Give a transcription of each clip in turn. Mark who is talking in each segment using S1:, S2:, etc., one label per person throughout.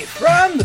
S1: the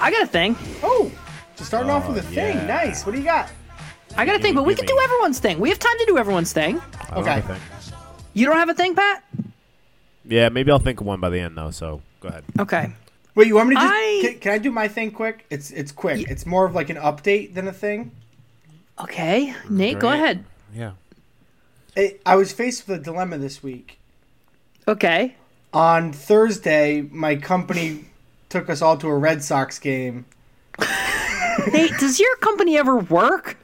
S2: I got a thing.
S1: Oh, just starting off with a
S3: yeah.
S1: thing. Nice. What do you got?
S2: I got a thing, but we can do everyone's thing. We have time to do everyone's thing.
S3: I don't
S1: Okay.
S3: have a thing.
S2: You don't have a thing, Pat?
S3: Yeah, maybe I'll think of one by the end though. So go ahead.
S2: Okay.
S1: Wait, you want me to just?
S2: I-
S1: Can, can I do my thing quick? It's it's quick. It's more of like an update than a thing.
S2: Okay. Nate, go
S3: Great.
S2: ahead.
S3: Yeah.
S1: It, I was faced with a dilemma this week.
S2: Okay.
S1: On Thursday, my company took us all to a Red Sox game.
S2: Nate, does your company ever work?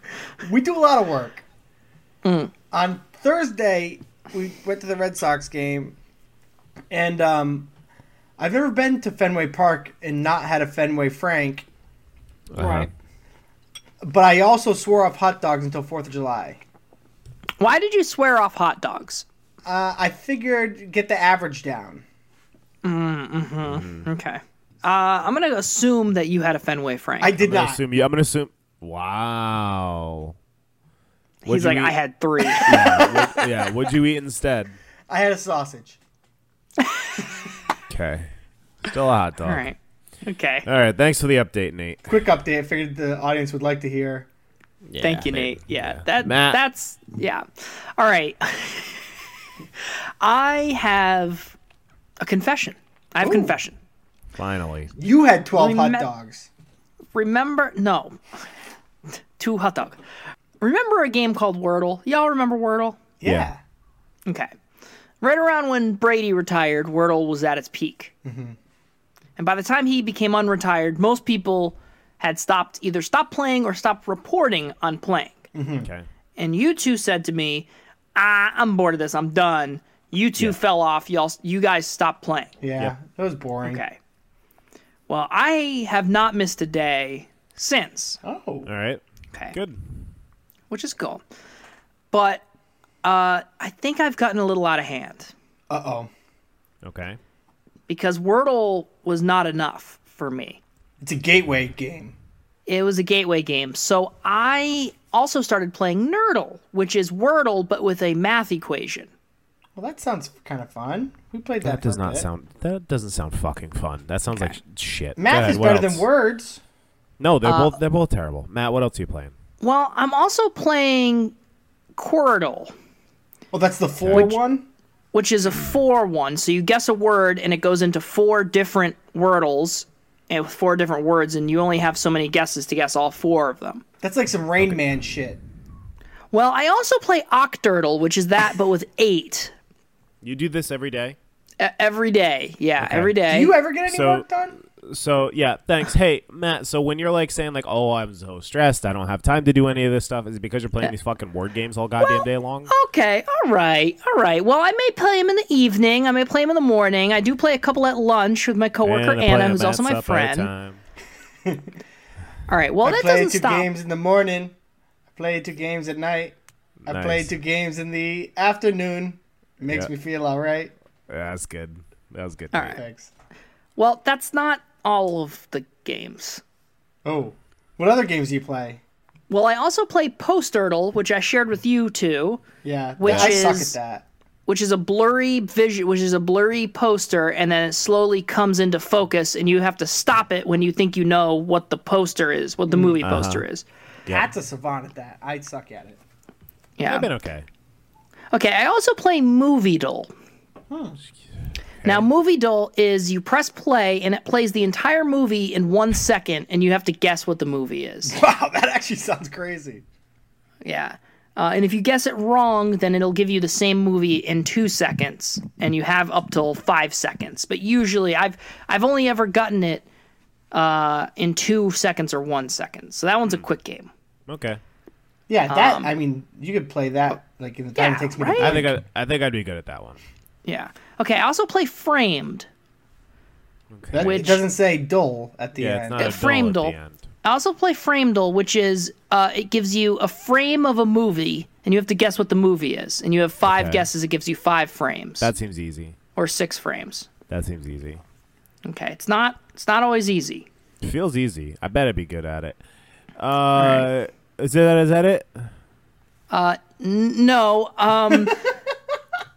S1: We do a lot of work. On Thursday, we went to the Red Sox game, and um, I've never been to Fenway Park and not had a Fenway Frank,
S3: Uh-huh. Right.
S1: but I also swore off hot dogs until Fourth of July.
S2: Why did you swear off hot dogs?
S1: Uh, I figured get the average down.
S2: Okay. Uh, I'm going to assume that you had a Fenway Frank.
S1: I did
S3: I'm gonna
S1: not.
S3: assume you. I'm gonna assume. Wow. What'd
S2: He's
S3: you
S2: like,
S3: eat?
S2: I had three.
S3: yeah. What'd you eat instead?
S1: I had a sausage.
S3: Okay. Still a hot dog.
S2: All right. Okay.
S3: All right. Thanks for the update, Nate.
S1: Quick update. I figured the audience would like to hear.
S2: Thank you, Nate. Yeah, that
S3: Matt.
S2: that's yeah. All right. I have a confession. I have a confession.
S3: Finally.
S1: You had twelve
S2: Remem-
S1: hot dogs.
S2: Remember no. Two hot dog. Remember a game called Wordle? Y'all remember Wordle?
S1: Yeah.
S3: Yeah.
S2: Okay. Right around when Brady retired, Wordle was at its peak. And by the time he became unretired, most people had stopped either stopped playing or stopped reporting on playing.
S3: Okay.
S2: and you two said to me, ah, "I'm bored of this. I'm done." You two fell off. Y'all, you guys stopped playing.
S1: Yeah.
S3: Yep.
S1: That was boring.
S2: Okay. Well, I have not missed a day since.
S1: Oh.
S3: All right.
S2: Okay,
S3: Good.
S2: which is cool, but uh, I think I've gotten a little out of hand
S1: Uh oh.
S3: Okay.
S2: because Wordle was not enough for me.
S1: It's a gateway game.
S2: It was a gateway game, so I also started playing Nerdle, which is Wordle but with a math equation.
S1: Well, that sounds kind of fun. We played that.
S3: That does
S1: for a
S3: not
S1: bit.
S3: sound. That doesn't sound fucking fun. That sounds like sh- shit.
S1: Math
S3: Go ahead,
S1: is
S3: what
S1: better than
S3: else?
S1: words.
S3: No, they're
S2: Uh,
S3: both. They're both terrible. Matt, what else are you playing?
S2: Well, I'm also playing Quirtle.
S1: Oh, that's the four
S3: Which-
S1: one.
S2: which is a four one. So you guess a word and it goes into four different wordles and with four different words, and you only have so many guesses to guess all four of them.
S1: That's like some Rain Man shit.
S2: Well, I also play Octurtle, which is that but with eight
S3: You do this every day.
S2: E- every day. Yeah, every day.
S1: Do you ever get any
S3: So-
S1: work done?
S3: So yeah, thanks. Hey Matt, so when you're like saying like, "Oh, I'm so stressed, I don't have time to do any of this stuff," is it because you're
S2: Eh,
S3: playing these fucking word games all goddamn day long?
S2: Okay, all right, all right. Well, I may play him in the evening. I may play him in the morning. I do play a couple at lunch with my coworker
S3: And I play
S2: Anna,
S3: at
S2: who's also
S3: Matt's
S2: my
S3: up all the
S2: friend.
S3: time.
S2: All right. Well,
S1: I
S2: that
S1: play
S2: doesn't
S1: two
S2: stop.
S1: games in the morning. I play two games at night. I play
S3: Nice.
S1: two games in the afternoon. Makes
S3: Yeah.
S1: me feel all right.
S3: Yeah, that's good. That was good. Nate.
S1: Thanks.
S2: Well, that's not all of the games.
S1: Oh, what other games do you play?
S2: Well, I also play Posturdle, which I shared with you too,
S1: Yeah,
S2: Which
S1: I suck
S2: is-
S1: at that.
S2: which is a blurry vision, which is a blurry poster, and then it slowly comes into focus, and you have to stop it when you think you know what the poster is, what the movie poster is.
S1: Pat's a savant at that. I suck at it.
S2: Yeah.
S3: I've been okay.
S2: Okay. I also play Movie Doll. Now, Movie Doll is you press play and it plays the entire movie in one second, and you have to guess what the movie is.
S1: Wow, that actually sounds crazy.
S2: Yeah. Uh, and if you guess it wrong, then it'll give you the same movie in two seconds, and you have up till five seconds. But usually, I've I've only ever gotten it
S3: Hmm.
S2: uh, in two seconds or one second. So that one's a quick game.
S3: Okay.
S1: Yeah, that
S2: Um,
S1: I mean, you could play that like in the time
S2: Yeah,
S1: it takes me.
S2: right?
S1: To
S3: I think I, I think I'd be good at that one.
S2: Yeah. Okay. I also play Framed.
S1: that,
S2: Which-
S1: it doesn't say dull at the
S3: Yeah, it's
S1: end.
S3: not a
S2: Frame
S3: dull
S2: dull.
S3: at the end.
S2: I also play Framedle, which is uh, it gives you a frame of a movie, and you have to guess what the movie is, and you have five
S3: Okay.
S2: guesses. It gives you five frames
S3: That seems easy.
S2: or six frames.
S3: That seems easy.
S2: Okay, it's not it's not always easy.
S3: It feels easy. I bet I'd be good at it. Uh, Is that is that it?
S2: N- No, um,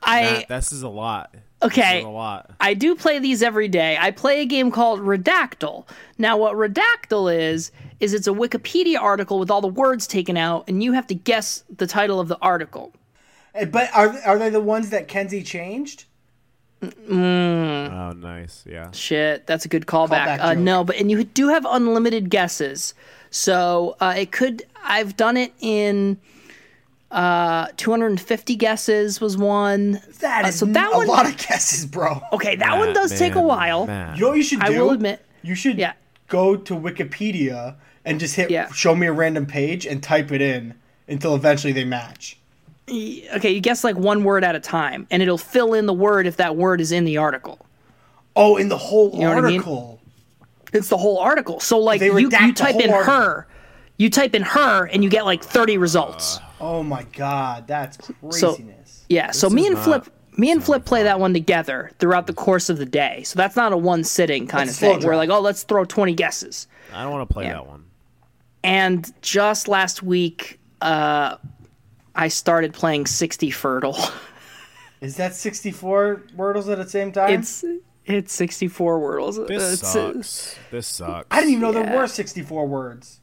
S2: I
S3: Matt, this is a lot. This
S2: okay.
S3: is a lot.
S2: I do play these every day. I play a game called Redactyl. Now, what Redactyl is, is it's a Wikipedia article with all the words taken out, and you have to guess the title of the article.
S1: Uh, But are are they the ones that Kenzie changed?
S3: Oh, nice. Yeah.
S2: Shit, that's a good callback.
S1: Callback
S2: uh,
S1: joke.
S2: no, but and you do have unlimited guesses, so uh, it could. I've done it in uh, 250 guesses was one.
S1: That
S2: Uh,
S1: is
S2: so that
S1: a
S2: one-
S1: lot of guesses, bro.
S2: Okay, that one does take a
S3: Man,
S2: while.
S3: Matt.
S1: You know what you should do?
S2: I will admit-
S1: You should
S2: Yeah.
S1: go to Wikipedia and just hit
S2: Yeah.
S1: show me a random page and type it in until eventually they match.
S2: Okay, you guess like one word at a time, and it'll fill in the word if that word is in the article.
S1: Oh, in the whole
S2: know what I mean?
S1: article.
S2: It's the whole article. So like
S1: They
S2: you, you
S1: redact the
S2: type
S1: whole
S2: in
S1: article.
S2: her, you type in her, and you get like 30
S3: Uh,
S2: results.
S1: Oh my god, that's craziness.
S2: Yeah, so me
S3: is
S2: and
S3: not
S2: Flip, me and Flip play that one together throughout the course of the day. So that's not a one sitting kind of
S1: That's a slow
S2: thing. We're
S1: draw.
S2: like, oh, let's throw twenty guesses.
S3: I don't want to play
S2: Yeah.
S3: that one.
S2: And just last week, uh, I started playing sixty fertile.
S1: Is that 64 wordles at the same time?
S2: It's it's sixty four wordles.
S3: This
S2: Uh, it's-
S3: sucks. This sucks.
S1: I didn't even know
S2: yeah.
S1: there were 64 words.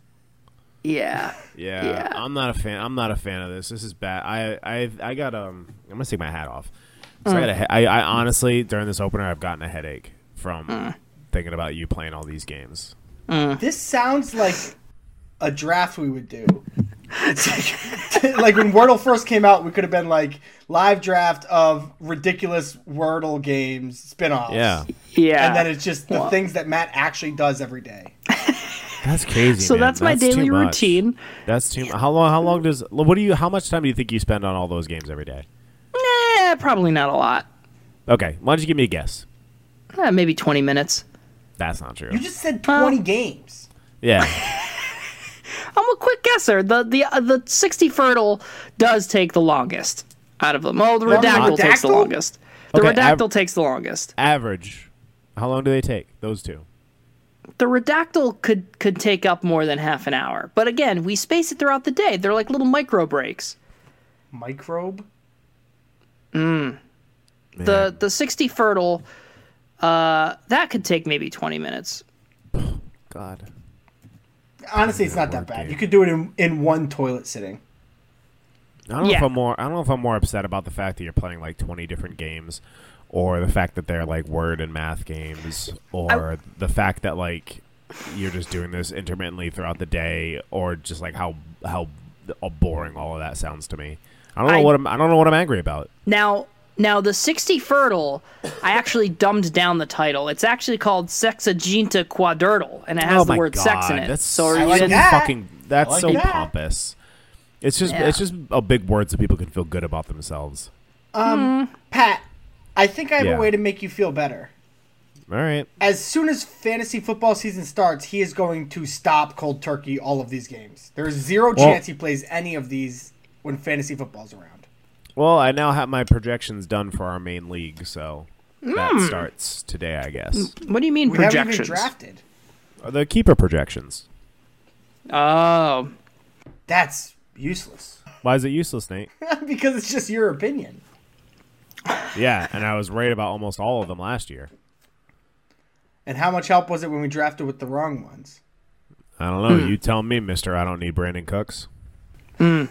S2: Yeah,
S3: Yeah,
S2: Yeah.
S3: I'm not a fan. I'm not a fan of this. This is bad. I I I got um. I'm gonna take my hat off.
S2: Mm.
S3: 'Cause I, got a he- I I honestly during this opener I've gotten a headache from
S2: Mm.
S3: thinking about you playing all these games.
S1: This sounds like a draft we would do. It's like, like when Wordle first came out, we could have been like live draft of ridiculous Wordle games spin-offs.
S3: Yeah,
S2: yeah.
S1: And then it's just the things that Matt actually does every day.
S3: that's crazy.
S2: so
S3: man.
S2: that's my
S3: too
S2: daily
S3: much.
S2: routine.
S3: That's too. How long? How long does? What do you? How much time do you think you spend on all those games every day?
S2: Nah, probably not a lot.
S3: Okay, why don't you give me a guess?
S2: Eh, maybe twenty minutes.
S3: That's not true.
S1: You just said 20 games.
S3: yeah,
S2: I'm a quick guesser. The the uh, the 60 fertile does take the longest out of them. Oh, the
S1: Longer
S2: redactyl, takes the
S1: redactyl?
S2: longest. The
S3: Okay, I've-
S2: redactyl takes the longest.
S3: average. How long do they take? Those two.
S2: The redactyl could could take up more than half an hour. But again, we space it throughout the day. They're like little micro breaks.
S1: Microbe?
S2: The the 60 fertile uh that could take maybe 20 minutes.
S3: God.
S1: Honestly, it's not that bad. You could do it in, in one toilet sitting.
S3: I don't know if
S2: Yeah.
S3: I'm more. I don't know if I'm more upset about the fact that you're playing like 20 different games, or the fact that they're like word and math games, or the fact that like you're just doing this intermittently throughout the day, or just like how how boring all of that sounds to me. I don't know
S2: I-
S3: what I'm. I don't know what I'm angry about.
S2: Now, now the 60 fertile, I actually dumbed down the title. It's actually called Sexaginta Quadurtle, and it has
S3: oh
S2: the
S3: my
S2: word
S3: God,
S2: sex in it.
S3: That's
S2: so are
S3: so
S2: you
S1: like
S2: in-
S1: that.
S3: fucking. That's
S1: like
S3: so
S1: that.
S3: pompous. It's just
S2: Yeah.
S3: it's just a big word so people can feel good about themselves.
S1: Pat, I think I have
S3: Yeah.
S1: a way to make you feel better.
S3: All right.
S1: As soon as fantasy football season starts, he is going to stop cold turkey all of these games. There is zero chance he plays any of these when fantasy football's around.
S3: Well, I now have my projections done for our main league, so that
S2: Hmm.
S3: starts today, I guess.
S2: What do you mean
S1: We haven't even
S2: projections?
S1: drafted.
S3: The keeper projections.
S2: Oh,
S1: That's useless
S3: Why is it useless, Nate?
S1: because it's just your opinion.
S3: yeah, and I was right about almost all of them last year.
S1: And how much help was it when we drafted with the wrong ones?
S3: I don't
S2: Hmm.
S3: know. You tell me, Mister. I don't need Brandon Cooks.
S2: all right,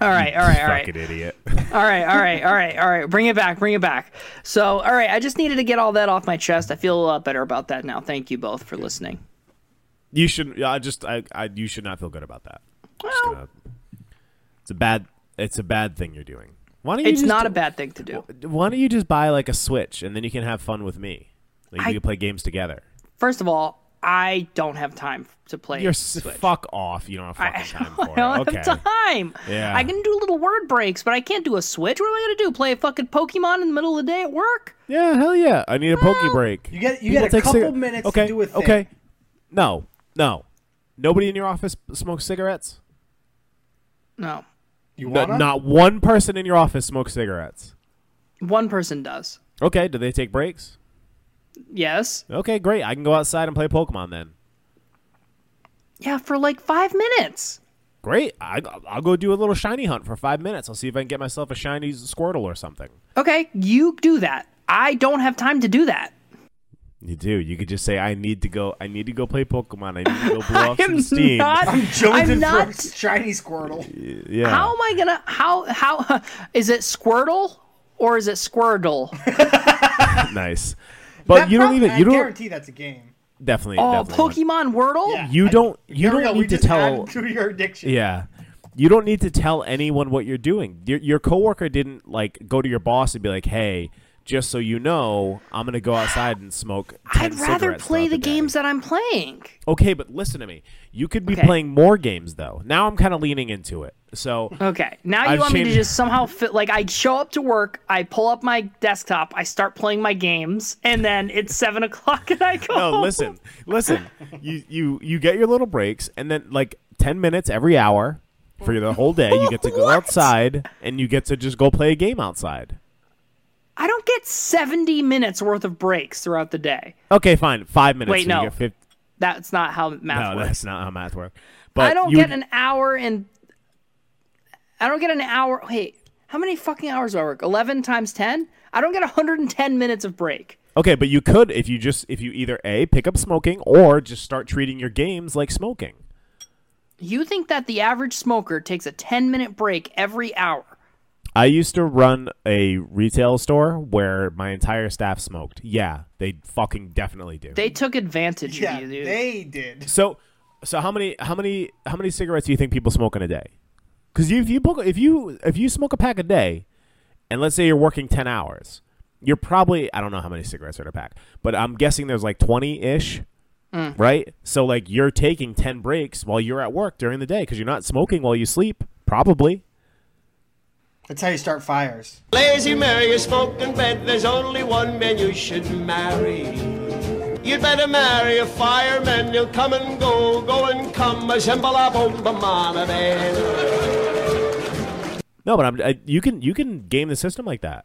S2: all right, all right,
S3: Fucking idiot.
S2: all right, all right, all right, all right. Bring it back, bring it back. So, all right, I just needed to get all that off my chest. I feel a lot better about that now. Thank you both for listening.
S3: you should. I just. I, I. You should not feel good about that. I'm just gonna- it's a bad. It's a bad thing you're doing. Why don't you
S2: It's
S3: just,
S2: not a bad thing to do.
S3: Why don't you just buy like a Switch and then you can have fun with me? Like
S2: I-
S3: you can play games together.
S2: First of all, I don't have time to play.
S3: You're s-
S2: Switch.
S3: fuck off. You don't have
S2: I
S3: fucking time
S2: don't, I
S3: for
S2: don't
S3: it. Okay.
S2: have time.
S3: Yeah.
S2: I can do little word breaks, but I can't do a Switch. What am I gonna do? Play a fucking Pokemon in the middle of the day at work?
S3: Yeah, hell yeah. I need a pokey break.
S1: You get- you
S3: People
S1: get a
S3: take
S1: couple
S3: cigar-
S1: minutes to
S3: okay,
S1: do a thing.
S3: Okay. No, no. Nobody in your office smokes cigarettes.
S2: No,
S1: You
S3: No,
S1: want to?
S3: not one person in your office smokes cigarettes.
S2: one person does.
S3: Okay. Do they take breaks?
S2: Yes.
S3: Okay, great. I can go outside and play Pokemon then.
S2: Yeah, for like five minutes.
S3: Great. I, I'll go do a little shiny hunt for five minutes. I'll see if I can get myself a shiny Squirtle or something.
S2: Okay, you do that. I don't have time to do that.
S3: You do. You could just say, "I need to go. I need to go play Pokemon. I need to go blow off
S2: I am
S3: some steam."
S2: not.
S1: I'm jonesing
S2: I'm not.
S1: for a shiny Squirtle.
S3: yeah.
S2: How am I gonna? How how is it Squirtle or is it Squirtle?
S3: nice. But
S1: That
S3: you don't
S1: prob-
S3: even.
S1: I
S3: You don't
S1: guarantee that's a game.
S3: definitely.
S2: Oh,
S3: definitely one.
S2: Pokemon Wordle.
S1: Yeah.
S3: You
S1: I-
S3: don't. You
S1: There we go,
S3: don't
S1: we
S3: need to
S1: just
S3: tell.
S1: added to your addiction.
S3: Yeah. You don't need to tell anyone what you're doing. Your, your coworker didn't like go to your boss and be like, "Hey, just so you know, I'm gonna go outside and smoke." 10
S2: I'd rather
S3: cigarettes
S2: play
S3: throughout
S2: the
S3: day."
S2: games that I'm playing.
S3: Okay, but listen to me. You could be
S2: Okay.
S3: playing more games though. Now I'm kind of leaning into it. So
S2: Okay, now you
S3: I've
S2: want me to
S3: changed-
S2: just somehow fit? Like I show up to work, I pull up my desktop, I start playing my games, and then it's seven o'clock and I go.
S3: no,
S2: home.
S3: listen, listen. You you you get your little breaks, and then like ten minutes every hour for the whole day, you get to go
S2: What?
S3: outside and you get to just go play a game outside.
S2: I don't get seventy minutes worth of breaks throughout the day.
S3: Okay, fine. Five minutes.
S2: Wait,
S3: so
S2: no.
S3: You get 50,
S2: That's not how math
S3: no,
S2: works.
S3: that's not how math works. But
S2: I don't
S3: you,
S2: get an hour and I don't get an hour. Wait, how many fucking hours do I work? Eleven times ten. I don't get 110 minutes of break.
S3: Okay, but you could if you just if you either a pick up smoking or just start treating your games like smoking.
S2: You think that the average smoker takes a 10 minute break every hour?
S3: I used to run a retail store where my entire staff smoked. Yeah, they fucking definitely do.
S2: They took advantage
S1: Yeah,
S2: of you, dude.
S1: they did.
S3: so, so how many how many how many cigarettes do you think people smoke in a day? Because if you book if you if you smoke a pack a day, and let's say you're working ten hours, you're probably I don't know how many cigarettes are in a pack, but I'm guessing there's like twenty ish, right? So like you're taking ten breaks while you're at work during the day because you're not smoking while you sleep, probably.
S1: That's how you start fires.
S4: Lazy Mary is folk in bed. There's only one man you should marry. You'd better marry a fireman. He'll come and go, go and come. A zimbala bomba manabel.
S3: No, but I'm I, you can you can game the system like that.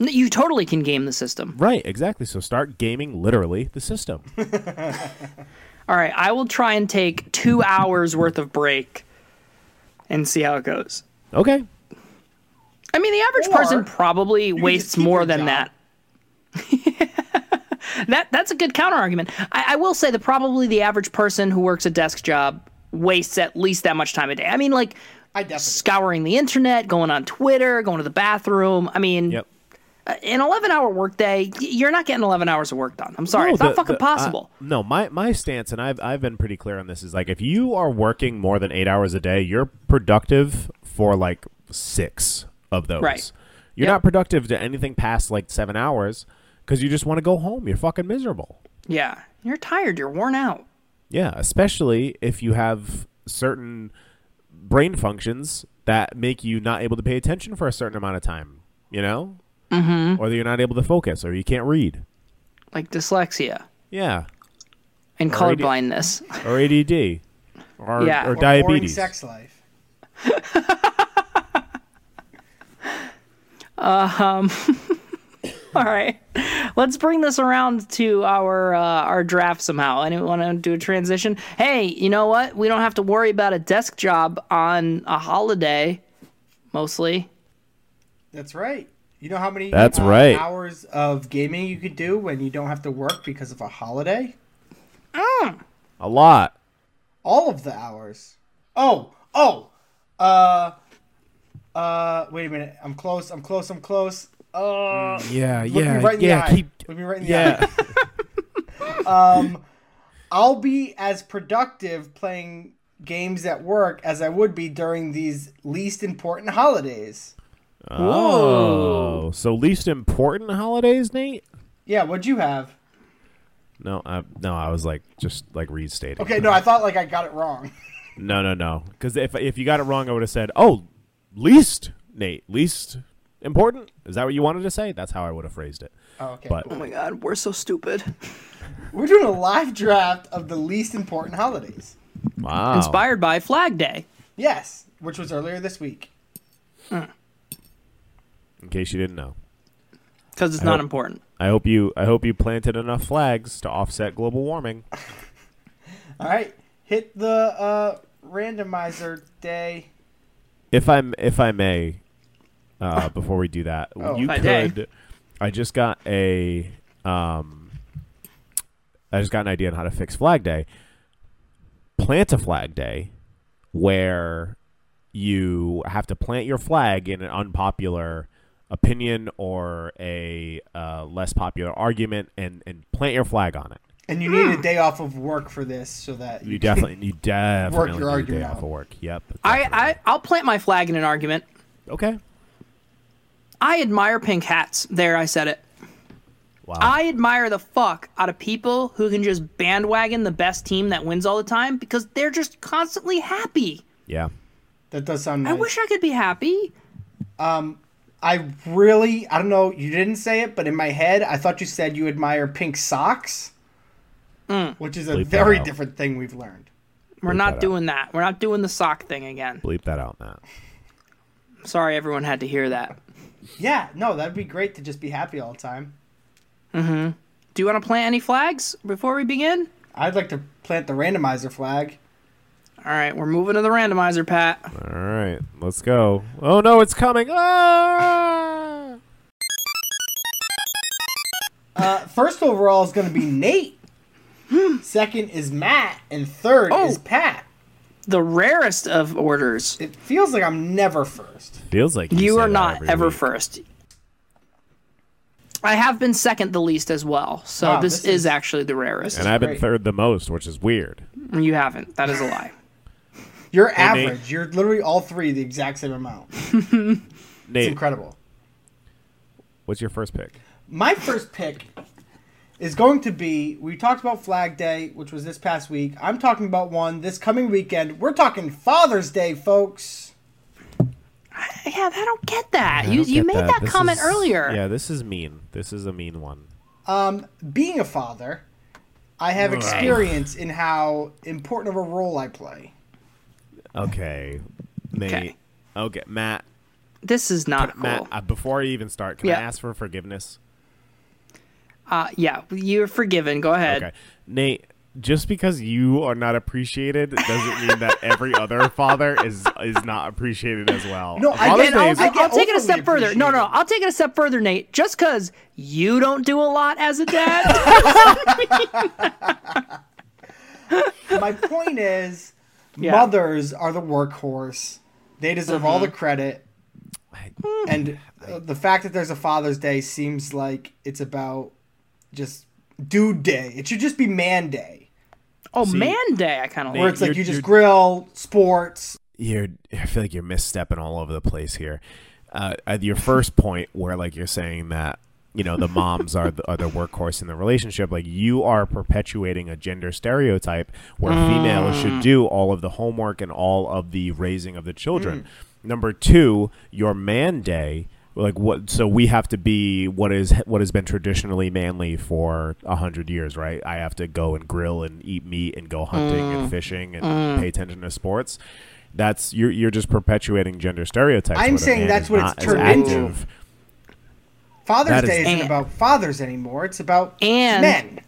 S2: N- You totally can game the system.
S3: Right, exactly. So start gaming literally the system.
S2: All right, I will try and take two hours worth of break and see how it goes.
S3: okay.
S2: I mean, the average
S1: Or
S2: person probably
S1: could
S2: wastes
S1: just keep
S2: more
S1: your
S2: than
S1: job.
S2: that. that that's a good counter argument. I, I will say that probably the average person who works a desk job wastes at least that much time a day. I mean, like
S1: I definitely.
S2: scouring the internet, going on Twitter, going to the bathroom. I mean,
S3: Yep.
S2: an eleven-hour workday, y- you're not getting eleven hours of work done. I'm sorry,
S3: No,
S2: it's
S3: the-
S2: not fucking
S3: the- I-
S2: possible.
S3: no, my my stance, and I've I've been pretty clear on this, is like if you are working more than eight hours a day, you're productive for like six of those.
S2: Right.
S3: You're
S2: Yep.
S3: not productive to anything past like seven hours because you just want to go home. You're fucking miserable.
S2: yeah, you're tired. You're worn out.
S3: Yeah, especially if you have certain brain functions that make you not able to pay attention for a certain amount of time. You know, mm-hmm. or that you're not able to focus, or you can't read.
S2: Like dyslexia
S3: Yeah,
S2: and
S3: Already-
S2: colorblindness.
S3: or ADD, or,
S2: Yeah.
S3: or
S2: Or
S1: Or boring
S3: diabetes.
S1: sex life.
S2: All right, let's bring this around to our uh, our draft somehow. Anyone want to do a transition? Hey, you know what? We don't have to worry about a desk job on a holiday, mostly.
S1: That's right. You know how many uh,
S3: That's right.
S1: hours of gaming you could do when you don't have to work because of a holiday?
S3: A lot.
S1: All of the hours. Oh, oh. Uh uh wait a minute. I'm close. I'm close. I'm close. Uh
S3: Yeah,
S1: look me right in the eye. Look me right in the eye.
S3: yeah.
S1: I'll be as productive playing games at work as I would be during these least important holidays.
S3: oh, so least important holidays, Nate?
S1: Yeah, what'd you have?
S3: No, I, no, I was like just like restating.
S1: Okay, no, I thought like I got it wrong.
S3: no, no, no. Because if if you got it wrong, I would have said, "Oh, least Nate, least important." Is that what you wanted to say? That's how I would have phrased it.
S1: Oh, okay.
S3: But
S2: Oh my god, we're so stupid.
S1: We're doing a live draft of the least important holidays.
S3: wow,
S2: Inspired by Flag Day.
S1: Yes, which was earlier this week.
S3: In case you didn't know,
S2: Because it's not
S3: hope-
S2: important.
S3: I hope you I hope you planted enough flags to offset global warming.
S1: All right, hit the uh, randomizer day.
S3: if I'm if I may, uh, before we do that,
S1: Oh.
S3: you
S2: If I
S3: could.
S2: may.
S3: I just got a um, I just got an idea on how to fix Flag Day. Plant a Flag Day, where you have to plant your flag in an unpopular opinion or a uh, less popular argument, and and plant your flag on it.
S1: And you need a day off of work for this so that
S3: You definitely, you definitely
S1: your
S3: need a
S1: argument
S3: day off
S1: out.
S3: of work. Yep.
S2: I, I
S3: definitely.
S2: I'll plant my flag in an argument.
S3: okay.
S2: I admire pink hats. There, I said it.
S3: Wow.
S2: I admire the fuck out of people who can just bandwagon the best team that wins all the time because they're just constantly happy.
S3: yeah.
S1: That does sound
S2: I
S1: nice.
S2: wish I could be happy.
S1: I really, I don't know, you didn't say it, but in my head, I thought you said you admire pink socks, which is a
S3: Bleep that
S1: very
S3: out.
S1: different thing we've learned.
S2: We're
S3: that out.
S2: not doing that. We're not doing the sock thing again.
S3: Bleep that out, Matt.
S2: Sorry everyone had to hear that.
S1: Yeah, no, that'd be great to just be happy all the time.
S2: Do you want to plant any flags before we begin?
S1: I'd like to plant the randomizer flag.
S2: All right, we're moving to the randomizer, Pat.
S3: All right, let's go. Oh no, it's coming! Ah!
S1: Uh, first overall is going to be Nate. Second is Matt, and third
S2: Oh.
S1: is Pat.
S2: The rarest of orders.
S1: It feels like I'm never first.
S3: Feels like you,
S2: You
S3: say
S2: are
S3: that
S2: not
S3: every
S2: ever
S3: week.
S2: first. I have been second the least as well, so
S1: Wow,
S2: this,
S1: this
S2: is,
S1: is-
S2: actually the rarest.
S3: Ah, And I've been
S1: Great.
S3: third the most, which is weird.
S2: You haven't. That is a lie.
S1: You're
S3: Nate.
S1: average. You're literally all three the exact same amount. It's
S3: Nate,
S1: incredible.
S3: what's your first pick?
S1: My first pick is going to be we talked about Flag Day, which was this past week. I'm talking about one this coming weekend. We're talking Father's Day, folks.
S2: yeah, I don't get that.
S3: I
S2: you
S3: don't
S2: you
S3: get
S2: made that,
S3: This
S2: comment
S3: is-
S2: earlier.
S3: Yeah, this is mean. This is a mean one.
S1: Um, being a father, I have experience in how important of a role I play.
S3: Okay, Nate. Okay,
S2: Okay.
S3: Matt.
S2: This is not cool.
S3: Matt, uh, before I even start, can I
S2: Yeah.
S3: ask for forgiveness?
S2: uh, yeah, you're forgiven. Go ahead.
S3: Okay, Nate. Just because you are not appreciated doesn't mean that every other father is is not appreciated as well.
S1: No, I
S3: Father's
S1: get-
S2: And
S3: Day
S2: I'll,
S3: is-
S1: I get
S2: I'll take it a
S1: overly
S2: step further. No, no,
S1: appreciated.
S2: I'll take it a step further, Nate. Just because you don't do a lot as a dad.
S1: My point is,
S2: Yeah.
S1: mothers are the workhorse. They deserve all the credit.
S3: I-
S1: And uh, the fact that there's a Father's Day seems like it's about just dude day. It should just be man day.
S2: oh,
S3: See,
S2: man day. I kind of
S1: Where
S2: like.
S1: it's like
S3: You're-
S1: you just
S3: you're-
S1: grill, sports.
S3: you're I feel like you're misstepping all over the place here. Uh, at your first point, where like you're saying that you know the moms are the, are the workhorse in the relationship, like you are perpetuating a gender stereotype where females should do all of the homework and all of the raising of the children. Number two, your man day. Like what? So we have to be what is what has been traditionally manly for a hundred years, right? I have to go and grill and eat meat and go hunting and fishing and pay attention to sports that's you're you're just perpetuating gender stereotypes.
S1: I'm
S3: where the
S1: saying
S3: man
S1: that's
S3: is
S1: what it's
S3: not as
S1: turned
S3: active.
S1: into. Father's
S3: That is-
S1: Day isn't
S2: And-
S1: about fathers anymore. It's about
S2: And-
S1: men.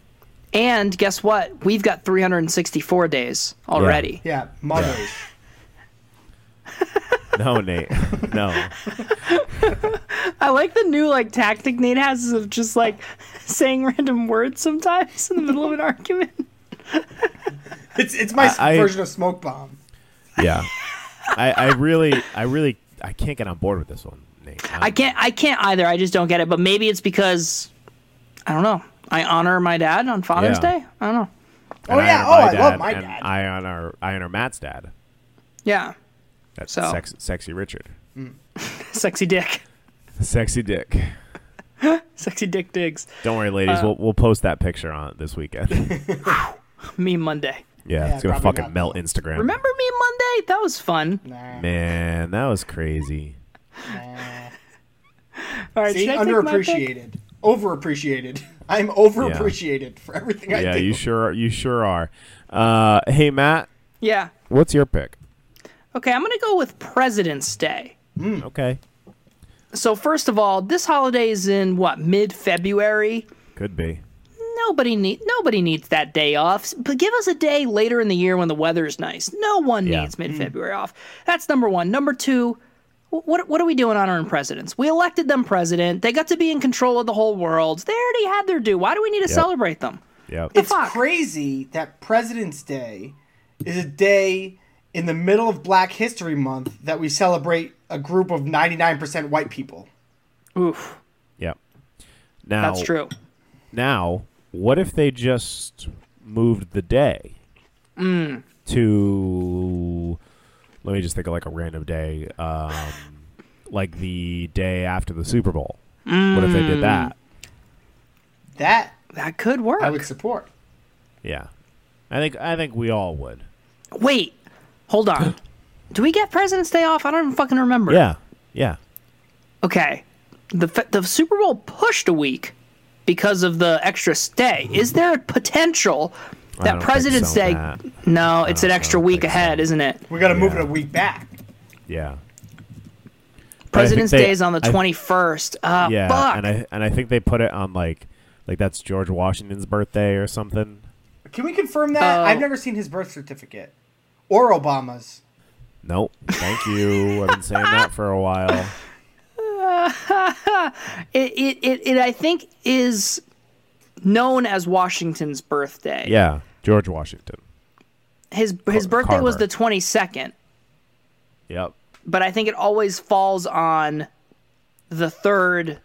S2: And guess what? We've got 364 days already.
S1: Yeah, mothers.
S3: No, Nate. No,
S2: I like the new like tactic Nate has of just like saying random words sometimes in the middle of an argument.
S1: It's it's my
S3: I- I-
S1: version of smoke bomb.
S3: yeah. I, I really, I really, I can't get on board with this one, Nate. I'm-
S2: I can't I can't either. I just don't get it. But maybe it's because I don't know. I honor my dad on Father's
S3: Yeah.
S2: Day. I don't know.
S3: and
S1: oh, yeah.
S3: honor
S1: Oh, I love my
S3: and
S1: dad.
S3: I honor, I honor Matt's dad.
S2: Yeah.
S3: That's
S2: So.
S3: sex, sexy Richard,
S2: Sexy dick.
S3: sexy Dick.
S2: Sexy Dick Digs.
S3: Don't worry, ladies.
S1: Uh,
S3: we'll we'll post that picture on it this weekend. yeah,
S2: Me Monday.
S3: it's gonna
S1: probably
S3: fucking
S1: not.
S3: melt Instagram.
S2: Remember Me Monday? That was fun.
S1: Nah,
S3: Man, that was crazy.
S1: nah.
S2: All right,
S1: See,
S2: should I take my pick?
S1: underappreciated, overappreciated. I'm overappreciated for everything I
S3: yeah,
S1: do.
S3: you sure are, you sure are. Uh, hey Matt,
S2: Yeah.
S3: what's your pick?
S2: Okay, I'm gonna go with President's Day.
S3: Okay,
S2: So first of all, this holiday is in what mid February.
S3: could be.
S2: Nobody need nobody needs that day off. But give us a day later in the year when the weather is nice. No one
S3: Yeah.
S2: needs mid February off. That's number one. Number two, wh- what what are we doing honoring presidents? We elected them president. They got to be in control of the whole world. They already had their due. Why do we need to celebrate them?
S3: Yep.
S1: It's
S2: fuck?
S1: crazy that President's Day is a day in the middle of Black History Month that we celebrate a group of 99% white people.
S2: Oof,
S3: Yep. Now
S2: that's true.
S3: Now, what if they just moved the day
S2: Mm.
S3: to? Let me just think of like a random day, um, like the day after the Super Bowl. What if they
S2: Mm.
S3: did that?
S1: That
S2: That could work.
S1: I would support.
S3: Yeah, I think I think we all would.
S2: Wait, hold on. do we get President's Day off? I don't even fucking remember.
S3: Yeah, yeah,
S2: Okay. The fe- the Super Bowl pushed a week because of the extra stay. Is there a potential
S3: don't
S2: that
S3: think
S2: President's
S3: so,
S2: Day?
S3: Matt.
S2: No, it's an extra
S3: don't
S2: week
S3: think
S2: ahead, isn't it?
S1: We got to move
S3: Yeah.
S1: it a week back.
S3: yeah,
S2: President's
S3: they-
S2: Day is on the
S3: I-
S2: twenty first. Uh,
S3: yeah.
S2: fuck.
S3: And I and I think they put it on like like that's George Washington's birthday or something.
S1: Can we confirm that?
S2: Oh.
S1: I've never seen his birth certificate or Obama's.
S3: Nope. Thank you. I've been saying that for a while.
S2: it, it, it, it I think is known as Washington's birthday.
S3: Yeah, George Washington.
S2: His his
S3: Car-
S2: birthday was the
S3: Carver.
S2: twenty second,
S3: Yep.
S2: but I think it always falls on the third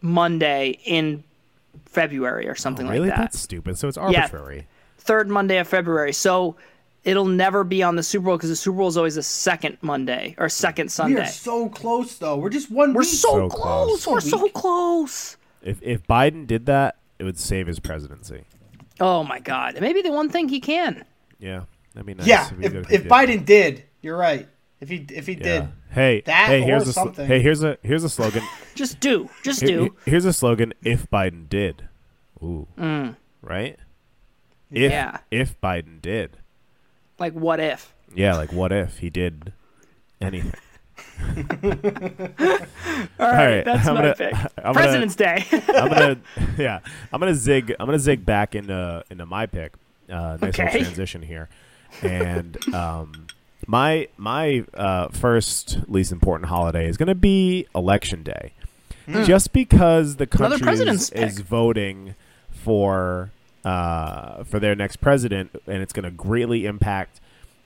S2: Monday in February or something
S3: Oh, Really?
S2: like that.
S3: That's stupid. So it's arbitrary.
S2: third Monday of February. So it'll never be on the Super Bowl because the Super Bowl is always the second Monday or second
S1: We
S2: Sunday.
S1: are so close, though. We're just one
S2: We're
S1: week.
S2: so,
S3: So
S2: close.
S3: close.
S2: We're
S1: So
S2: so
S1: weak.
S2: close.
S3: If if Biden did that, it would save his presidency.
S2: Oh my God. It may be the one thing he can.
S3: Yeah. That'd be nice.
S1: Yeah,
S3: It'd be
S1: if,
S3: good he
S1: if
S3: did
S1: Biden did, you're right. If he if he
S3: that. Yeah.
S1: did,
S3: Hey,
S1: that
S3: hey,
S1: or
S3: here's a sl-
S1: something.
S3: hey, here's a here's a slogan.
S2: Just do. Just
S3: Here-
S2: do.
S3: he- here's a slogan. If Biden did, ooh,
S1: Mm.
S3: right? If,
S2: Yeah.
S3: If Biden did,
S2: Like, what if?
S3: yeah. Like, what if he did anything?
S2: All right.
S3: right,
S2: That's
S3: I'm
S2: my
S3: gonna-
S2: pick.
S3: I'm gonna-
S2: President's Day.
S3: I'm gonna yeah. I'm gonna zig. I'm gonna zig back into into my pick. Uh, nice little
S2: Okay.
S3: transition here, and um, my my uh, first least important holiday is gonna be election day, just because the
S2: Hmm. Another
S3: country
S2: president's
S3: is,
S2: pick.
S3: is voting for uh, for their next president, and it's gonna greatly impact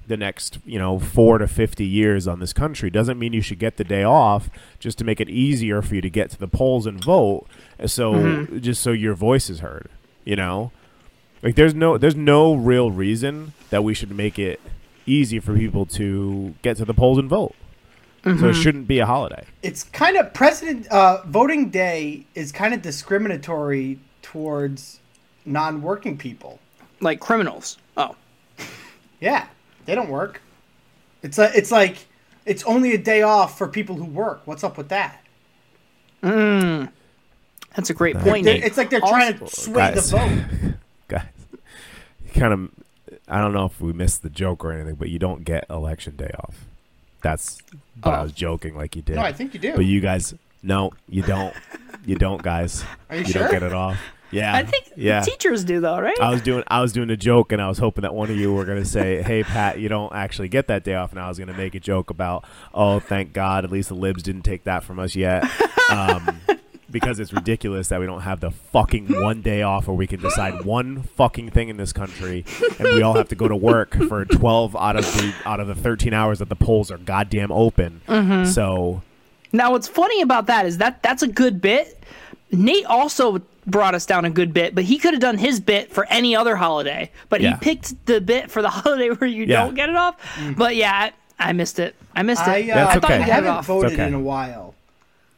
S3: the next you know four to 50 years on this country doesn't mean you should get the day off just to make it easier for you to get to the polls and vote uh, so
S2: Mm-hmm.
S3: just so your voice is heard you know like there's no there's no real reason that we should make it easy for people to get to the polls and vote so it
S2: Mm-hmm.
S3: shouldn't be a holiday
S1: it's kind of president uh, voting day is kind of discriminatory towards non-working people.
S2: like criminals. Oh.
S1: Yeah, they don't work. It's a, it's like it's only a day off for people who work. What's up with that?
S2: That's a great point.
S1: They're-
S2: Nate.
S1: it's like they're
S2: Also-
S1: trying to sway
S3: guys.
S1: the vote.
S3: guys kind of i don't know if we missed the joke or anything but you don't get election day off that's but i
S2: Oh.
S3: was joking like you did
S1: No, I think you do.
S3: But you guys, no, you don't. You don't, guys.
S1: Are you
S3: don't
S1: sure?
S3: get it off. Yeah.
S2: I think
S3: yeah.
S2: teachers do, though, right?
S3: I was doing I was doing a joke and I was hoping that one of you were gonna say, Hey Pat, you don't actually get that day off and I was gonna make a joke about, Oh, thank God, at least the libs didn't take that from us yet. Um Because it's ridiculous that we don't have the fucking one day off where we can decide one fucking thing in this country, and we all have to go to work for twelve out of the out of the thirteen hours that the polls are goddamn open. So
S2: Now, what's funny about that is that that's a good bit. Nate also brought us down a good bit, but he could have done his bit for any other holiday. But
S3: Yeah.
S2: he picked the bit for the holiday where you
S3: Yeah.
S2: don't get it off. But yeah, I, I missed it. I missed it.
S1: I, uh,
S3: That's
S2: I thought
S3: okay.
S2: you
S1: I
S2: had it
S1: haven't
S2: off.
S1: voted
S3: Okay.
S1: in a while.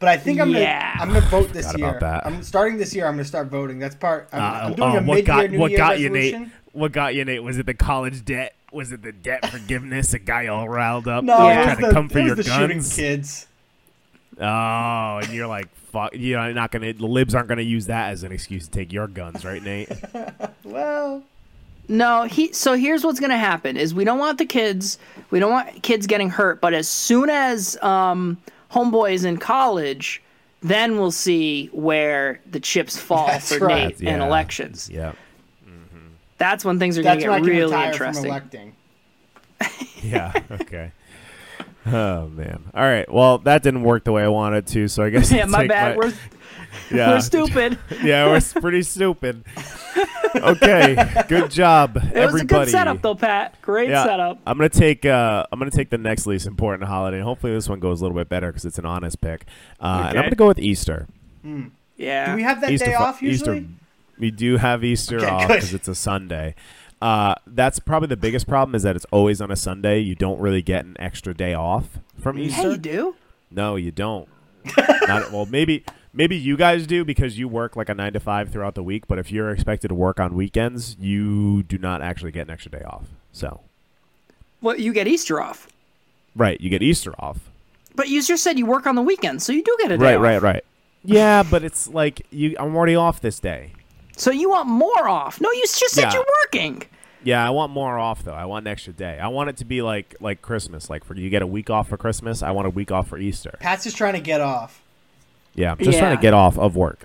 S1: But I think I'm
S2: Yeah.
S1: gonna I'm gonna vote this
S3: Forgot
S1: year.
S3: about that.
S1: I'm starting this year. I'm gonna start voting. That's part. I'm, I'm doing
S3: oh,
S1: a
S3: what
S1: mid-year
S3: got
S1: New
S3: what
S1: Year
S3: got you,
S1: resolution.
S3: Nate? What got you, Nate? Was it the college debt? Was it the debt forgiveness? A guy all riled up,
S1: No,
S3: was
S1: it was
S3: trying
S1: the,
S3: to come for
S1: it was
S3: your
S1: the shooting
S3: guns.
S1: kids.
S3: Oh, and you're like, fuck, you know, not gonna. The libs aren't gonna use that as an excuse to take your guns, right, Nate?
S1: Well,
S2: No, he. So here's what's gonna happen: is we don't want the kids, we don't want kids getting hurt. But as soon as um, homeboy is in college, then we'll see where the chips fall
S1: That's
S2: for
S1: right.
S2: Nate and
S3: Yeah.
S2: elections.
S3: yeah,
S2: That's when things are
S1: that's when
S2: gonna
S1: I can
S2: get really
S1: retire from
S2: interesting.
S1: electing.
S3: yeah, okay. Oh man! All right. Well, that didn't work the way I wanted to, so I guess
S2: Yeah,
S3: I'll
S2: my
S3: take
S2: bad. We're
S3: yeah.
S2: we're stupid.
S3: Yeah, we're s- pretty stupid. Okay, good job,
S2: It was a
S3: everybody.
S2: good setup though, Pat. Great
S3: Yeah,
S2: setup.
S3: I'm gonna take uh, I'm gonna take the next least important holiday. and Hopefully, this one goes a little bit better because it's an honest pick. Uh, And I'm
S2: Okay.
S3: gonna go with Easter.
S2: Yeah.
S1: Do we have that
S3: Easter
S1: day
S3: fu-
S1: off usually?
S3: Easter. We do have Easter
S1: Okay,
S3: off
S1: good.
S3: because it's a Sunday. Uh, that's probably the biggest problem is that it's always on a Sunday. You don't really get an extra day off from Easter.
S2: hey, you do.
S3: No, you don't. Not, well, maybe maybe you guys do because you work like a nine to five throughout the week. But if you're expected to work on weekends, you do not actually get an extra day off. So
S2: Well, you get Easter off.
S3: right, you get Easter off.
S2: But you just said you work on the weekends, so you do get a day
S3: Right,
S2: off.
S3: right, right. Yeah, but it's like you. I'm already off this day.
S2: So you want more off? No, you s- just said
S3: Yeah.
S2: you're working.
S3: Yeah, I want more off though. I want an extra day. I want it to be like like Christmas. Like for you get a week off for Christmas. I want a week off for Easter.
S1: Pat's just trying to get off.
S3: Yeah, I'm just trying
S2: Yeah.
S3: to get off of work.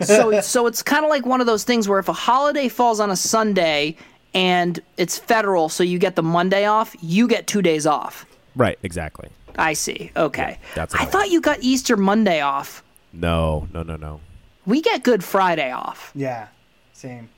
S2: so so it's kind of like one of those things where if a holiday falls on a Sunday and it's federal, so you get the Monday off, you get two days off.
S3: right, exactly.
S2: I see. Okay.
S3: that's what
S2: I
S3: I
S2: thought you got Easter Monday off.
S3: No, no, no, no.
S2: We get Good Friday off.
S1: Yeah, same.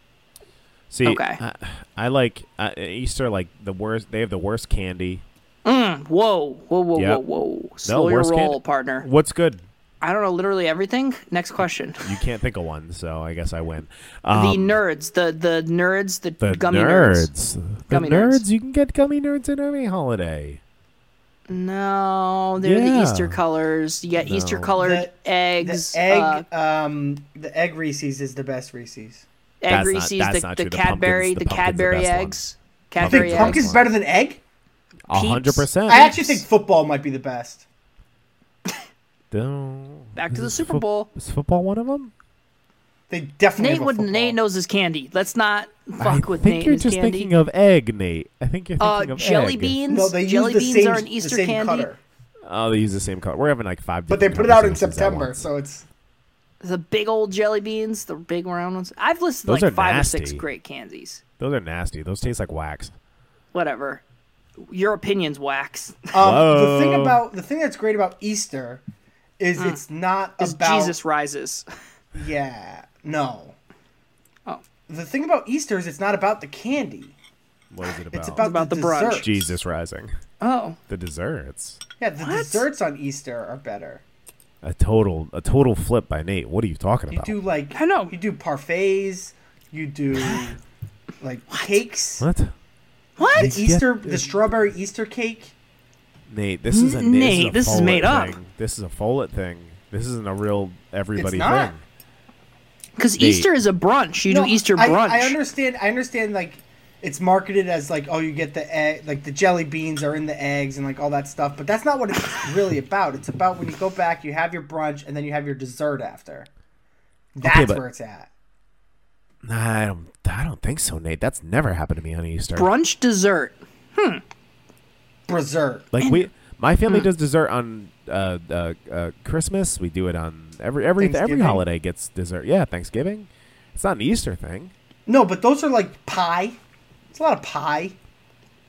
S3: See,
S2: Okay.
S3: I, I like uh, Easter. Like the worst, they have the worst candy.
S2: Whoa, whoa, whoa,
S3: Yep.
S2: whoa, whoa. Slow your
S3: worst
S2: roll,
S3: candy.
S2: partner.
S3: What's good?
S2: I don't know literally everything. Next question.
S3: You can't think of one, so I guess I win.
S2: the
S3: Um,
S2: nerds, the the nerds, the,
S3: the
S2: gummy nerds.
S3: nerds, the
S2: Gummy
S3: nerds.
S2: nerds.
S3: You can get gummy nerds in any holiday.
S2: No, they're the
S3: Yeah.
S2: Easter colors. You get Easter colored
S1: The-
S2: eggs,
S1: the
S2: uh,
S1: egg, um, the egg Reese's is the best Reese's.
S2: egg
S3: That's not-
S2: Reese's,
S3: that's
S2: the,
S3: not
S2: the
S3: true. The
S2: Cadbury,
S3: pumpkin's-
S2: the,
S3: the pumpkin's the
S2: Cadbury
S3: best one.
S2: eggs,
S1: I
S2: Cadbury
S1: think
S3: Very
S1: pumpkin's
S2: eggs.
S3: excellent.
S1: better than egg.
S3: A hundred
S2: Peeps.
S3: percent.
S1: I actually think football might be the best.
S3: Don't-
S2: Back to the
S3: is
S2: Super
S3: fo-
S2: Bowl.
S3: Is football one of them?
S1: They definitely.
S2: Nate
S1: have a
S2: would
S1: football.
S2: Nate knows his candy. Let's not fuck
S3: I
S2: with
S3: think
S2: Nate
S3: you're
S2: and his
S3: just
S2: candy.
S3: thinking of egg, Nate. I think you're
S2: uh,
S3: thinking of
S2: jelly
S3: egg.
S2: beans.
S1: No, they
S2: jelly
S1: use
S2: beans
S1: the same,
S2: are an Easter
S1: the same
S2: candy.
S1: cutter,
S3: Oh, they use the same color. We're having like five.
S1: but they
S3: different
S1: put it out in
S3: conversations at
S1: September,
S3: once.
S1: so it's
S2: The big old jelly beans, the big round ones. I've listed
S3: Those
S2: like
S3: are
S2: five or six
S3: nasty.
S2: great candies.
S3: Those are nasty. Those taste like wax.
S2: Whatever. Your opinion's wax.
S1: um, the thing
S3: Whoa.
S1: about the thing that's great about Easter is it's not about
S2: Jesus rises.
S1: yeah no.
S2: Oh.
S1: The thing about Easter is it's not about the candy.
S3: What is it about?
S1: It's about,
S2: about
S1: the,
S2: the brunch.
S1: desserts.
S3: Jesus rising.
S2: Oh.
S3: The desserts.
S1: Yeah, the desserts on Easter are better.
S3: A total a total flip by Nate. What are you talking
S1: You
S3: about?
S1: do like
S2: I know.
S1: You do parfaits. You do like cakes.
S3: what?
S1: The
S2: What?
S1: Easter, the strawberry Easter cake.
S3: Nate, this is a
S2: N- Nate,
S3: Nate,
S2: this is
S3: this is, a
S2: made
S3: made
S2: up.
S3: thing. This is a Follett thing. This isn't a real everybody
S1: It's not.
S3: thing.
S2: Because Easter is a brunch. You
S1: No,
S2: do Easter
S1: I-
S2: brunch.
S1: I, understand. I understand. Like it's marketed as like oh you get the egg, like the jelly beans are in the eggs and like all that stuff. But that's not what it's really about. It's about when you go back, you have your brunch, and then you have your dessert after. That's
S3: but-
S1: where it's at.
S3: Nah, I don't I don't think so, Nate. That's never happened to me on Easter.
S2: brunch dessert.
S1: Dessert.
S3: like we my family does dessert on uh, uh, uh, Christmas. We do it on every every every
S1: Thanksgiving?
S3: holiday gets dessert. Yeah, Thanksgiving. It's not an Easter thing.
S1: No, but those are like pie. It's a lot of pie,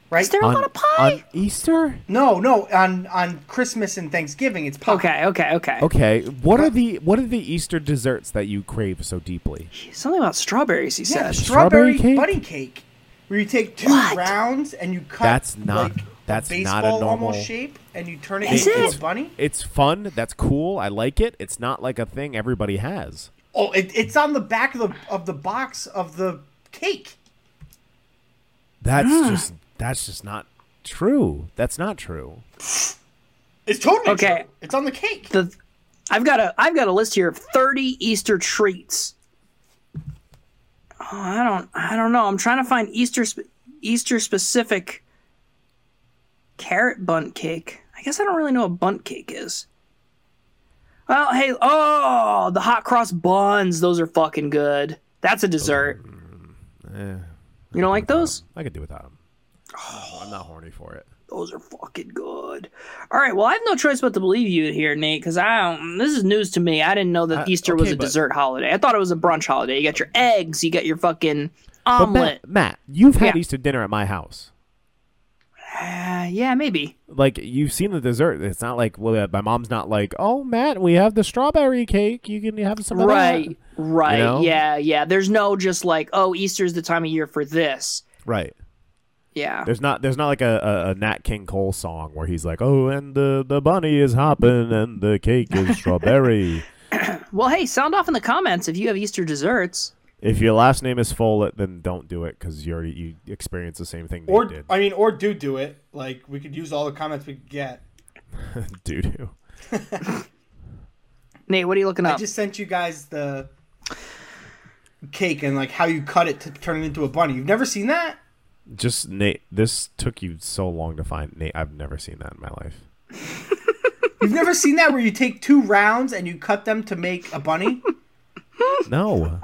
S1: right?
S2: Is there a
S3: on,
S2: lot of pie?
S3: on Easter?
S1: No, no. On on Christmas and Thanksgiving, it's pie.
S2: Okay, okay, okay.
S3: Okay. What are the what are the Easter desserts that you crave so deeply?
S2: Something about strawberries, he
S1: Yeah,
S2: said.
S1: strawberry,
S3: Strawberry cake?
S1: bunny cake, where you take two
S2: What?
S1: rounds and you cut.
S3: That's not-
S1: like,
S3: that's
S1: a
S3: not a
S1: baseball
S3: normal-
S1: almost shape, and you turn it
S2: Is
S1: into
S2: it?
S1: a bunny.
S3: It's fun. That's cool. I like it. It's not like a thing everybody has.
S1: Oh, it, it's on the back of the of the box of the cake.
S3: That's
S2: Ah.
S3: just that's just not true. That's not true.
S1: It's totally
S2: Okay.
S1: true. It's on the cake.
S2: The I've got a I've got a list here of 30 Easter treats. Oh, I don't I don't know. I'm trying to find Easter spe- Easter specific carrot bunt cake. I guess I don't really know what bunt cake is. Well, hey, oh, the hot cross buns. Those are fucking good. That's a dessert. you don't like those?
S3: I could do without them. I'm not horny for it.
S2: Those are fucking good. All right. Well, I have no choice but to believe you here, Nate, because I don't. This is news to me. I didn't know that
S3: Uh,
S2: Easter was
S3: okay,
S2: a
S3: but-
S2: dessert holiday. I thought it was a brunch holiday. You got your eggs. You got your fucking
S3: But
S2: omelet.
S3: Matt, Matt, you've had
S2: Yeah.
S3: Easter dinner at my house.
S2: Uh, yeah, maybe.
S3: Like you've seen the dessert. It's not like well, uh, my mom's not like, oh, Matt, we have the strawberry cake. You can have some of that."
S2: Right. Right.
S3: You know?
S2: Yeah. Yeah. There's no just like oh Easter's the time of year for this.
S3: Right.
S2: Yeah.
S3: There's not there's not like a, a, a Nat King Cole song where he's like, oh, and the the bunny is hopping and the cake is strawberry.
S2: Well, hey, sound off in the comments if you have Easter desserts.
S3: if your last name is Follett, then don't do it because you already you experience the same thing they
S1: Or
S3: did.
S1: I mean, or do do it. Like we could use all the comments we could get.
S3: Doo doo.
S2: Nate, what are you looking
S1: I
S2: up?
S1: just sent you guys the cake and like how you cut it to turn it into a bunny. You've never seen that?
S3: Just Nate. This took you so long to find Nate. I've never seen that in my life.
S1: You've never seen that where you take two rounds and you cut them to make a bunny?
S3: No.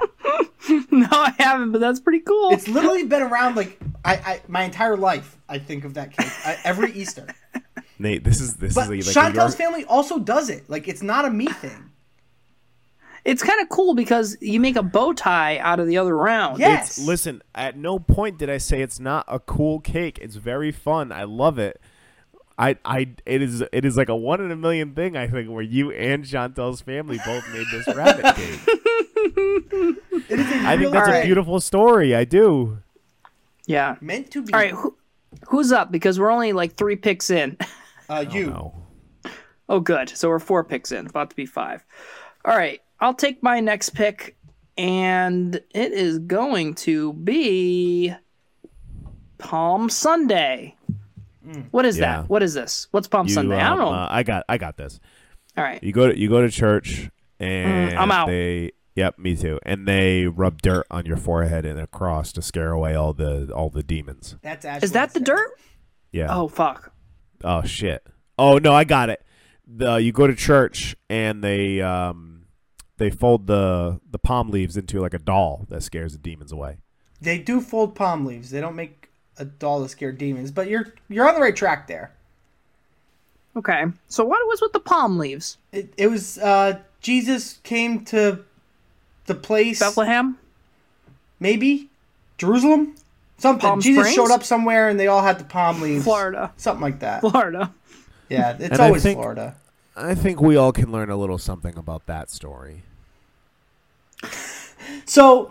S2: no, I haven't, but that's pretty cool.
S1: It's literally been around like I, I my entire life. I think of that cake I, every Easter.
S3: Nate, this is this
S1: But
S3: is like a
S1: Chantel's
S3: York-
S1: family also does it. Like it's not a me thing.
S2: It's kind of cool because you make a bow tie out of the other round.
S1: Yes.
S3: Listen, at no point did I say it's not a cool cake. It's very fun. I love it. I, I it is it is like a one in a million thing I think where you and Chantel's family both made this rabbit cake. I think that's
S1: Alright.
S3: a beautiful story. I do.
S2: Yeah.
S1: Meant to be.
S2: All right. Who, who's up? Because we're only like three picks in.
S1: uh, you.
S3: No.
S2: Oh, good. So we're four picks in, about to be five. All right. I'll take my next pick, and it is going to be Palm Sunday. What is
S3: Yeah.
S2: that? What is this? What's Palm
S3: You,
S2: Sunday? I don't
S3: um,
S2: know.
S3: uh, I got I got this.
S2: All right.
S3: You go to you go to church and
S2: Mm, I'm out.
S3: they Yep, me too. And they rub dirt on your forehead and a cross to scare away all the all the demons.
S1: That's Ash
S2: Is that the
S1: Wednesday.
S2: dirt?
S3: Yeah.
S2: Oh, fuck.
S3: Oh shit. Oh no, I got it. The you go to church and they um they fold the the palm leaves into like a doll that scares the demons away.
S1: They do fold palm leaves. They don't make a doll to scare demons. But you're you're on the right track there.
S2: Okay. So what was with the palm leaves?
S1: It, it was uh, Jesus came to the place
S2: Bethlehem?
S1: maybe Jerusalem, something.
S2: Palm
S1: Jesus
S2: Springs?
S1: showed up somewhere and they all had the palm leaves.
S2: Florida.
S1: something like that.
S2: Florida.
S1: Yeah, it's
S3: And I
S1: always
S3: think-
S1: Florida.
S3: I think we all can learn a little something about that story.
S1: So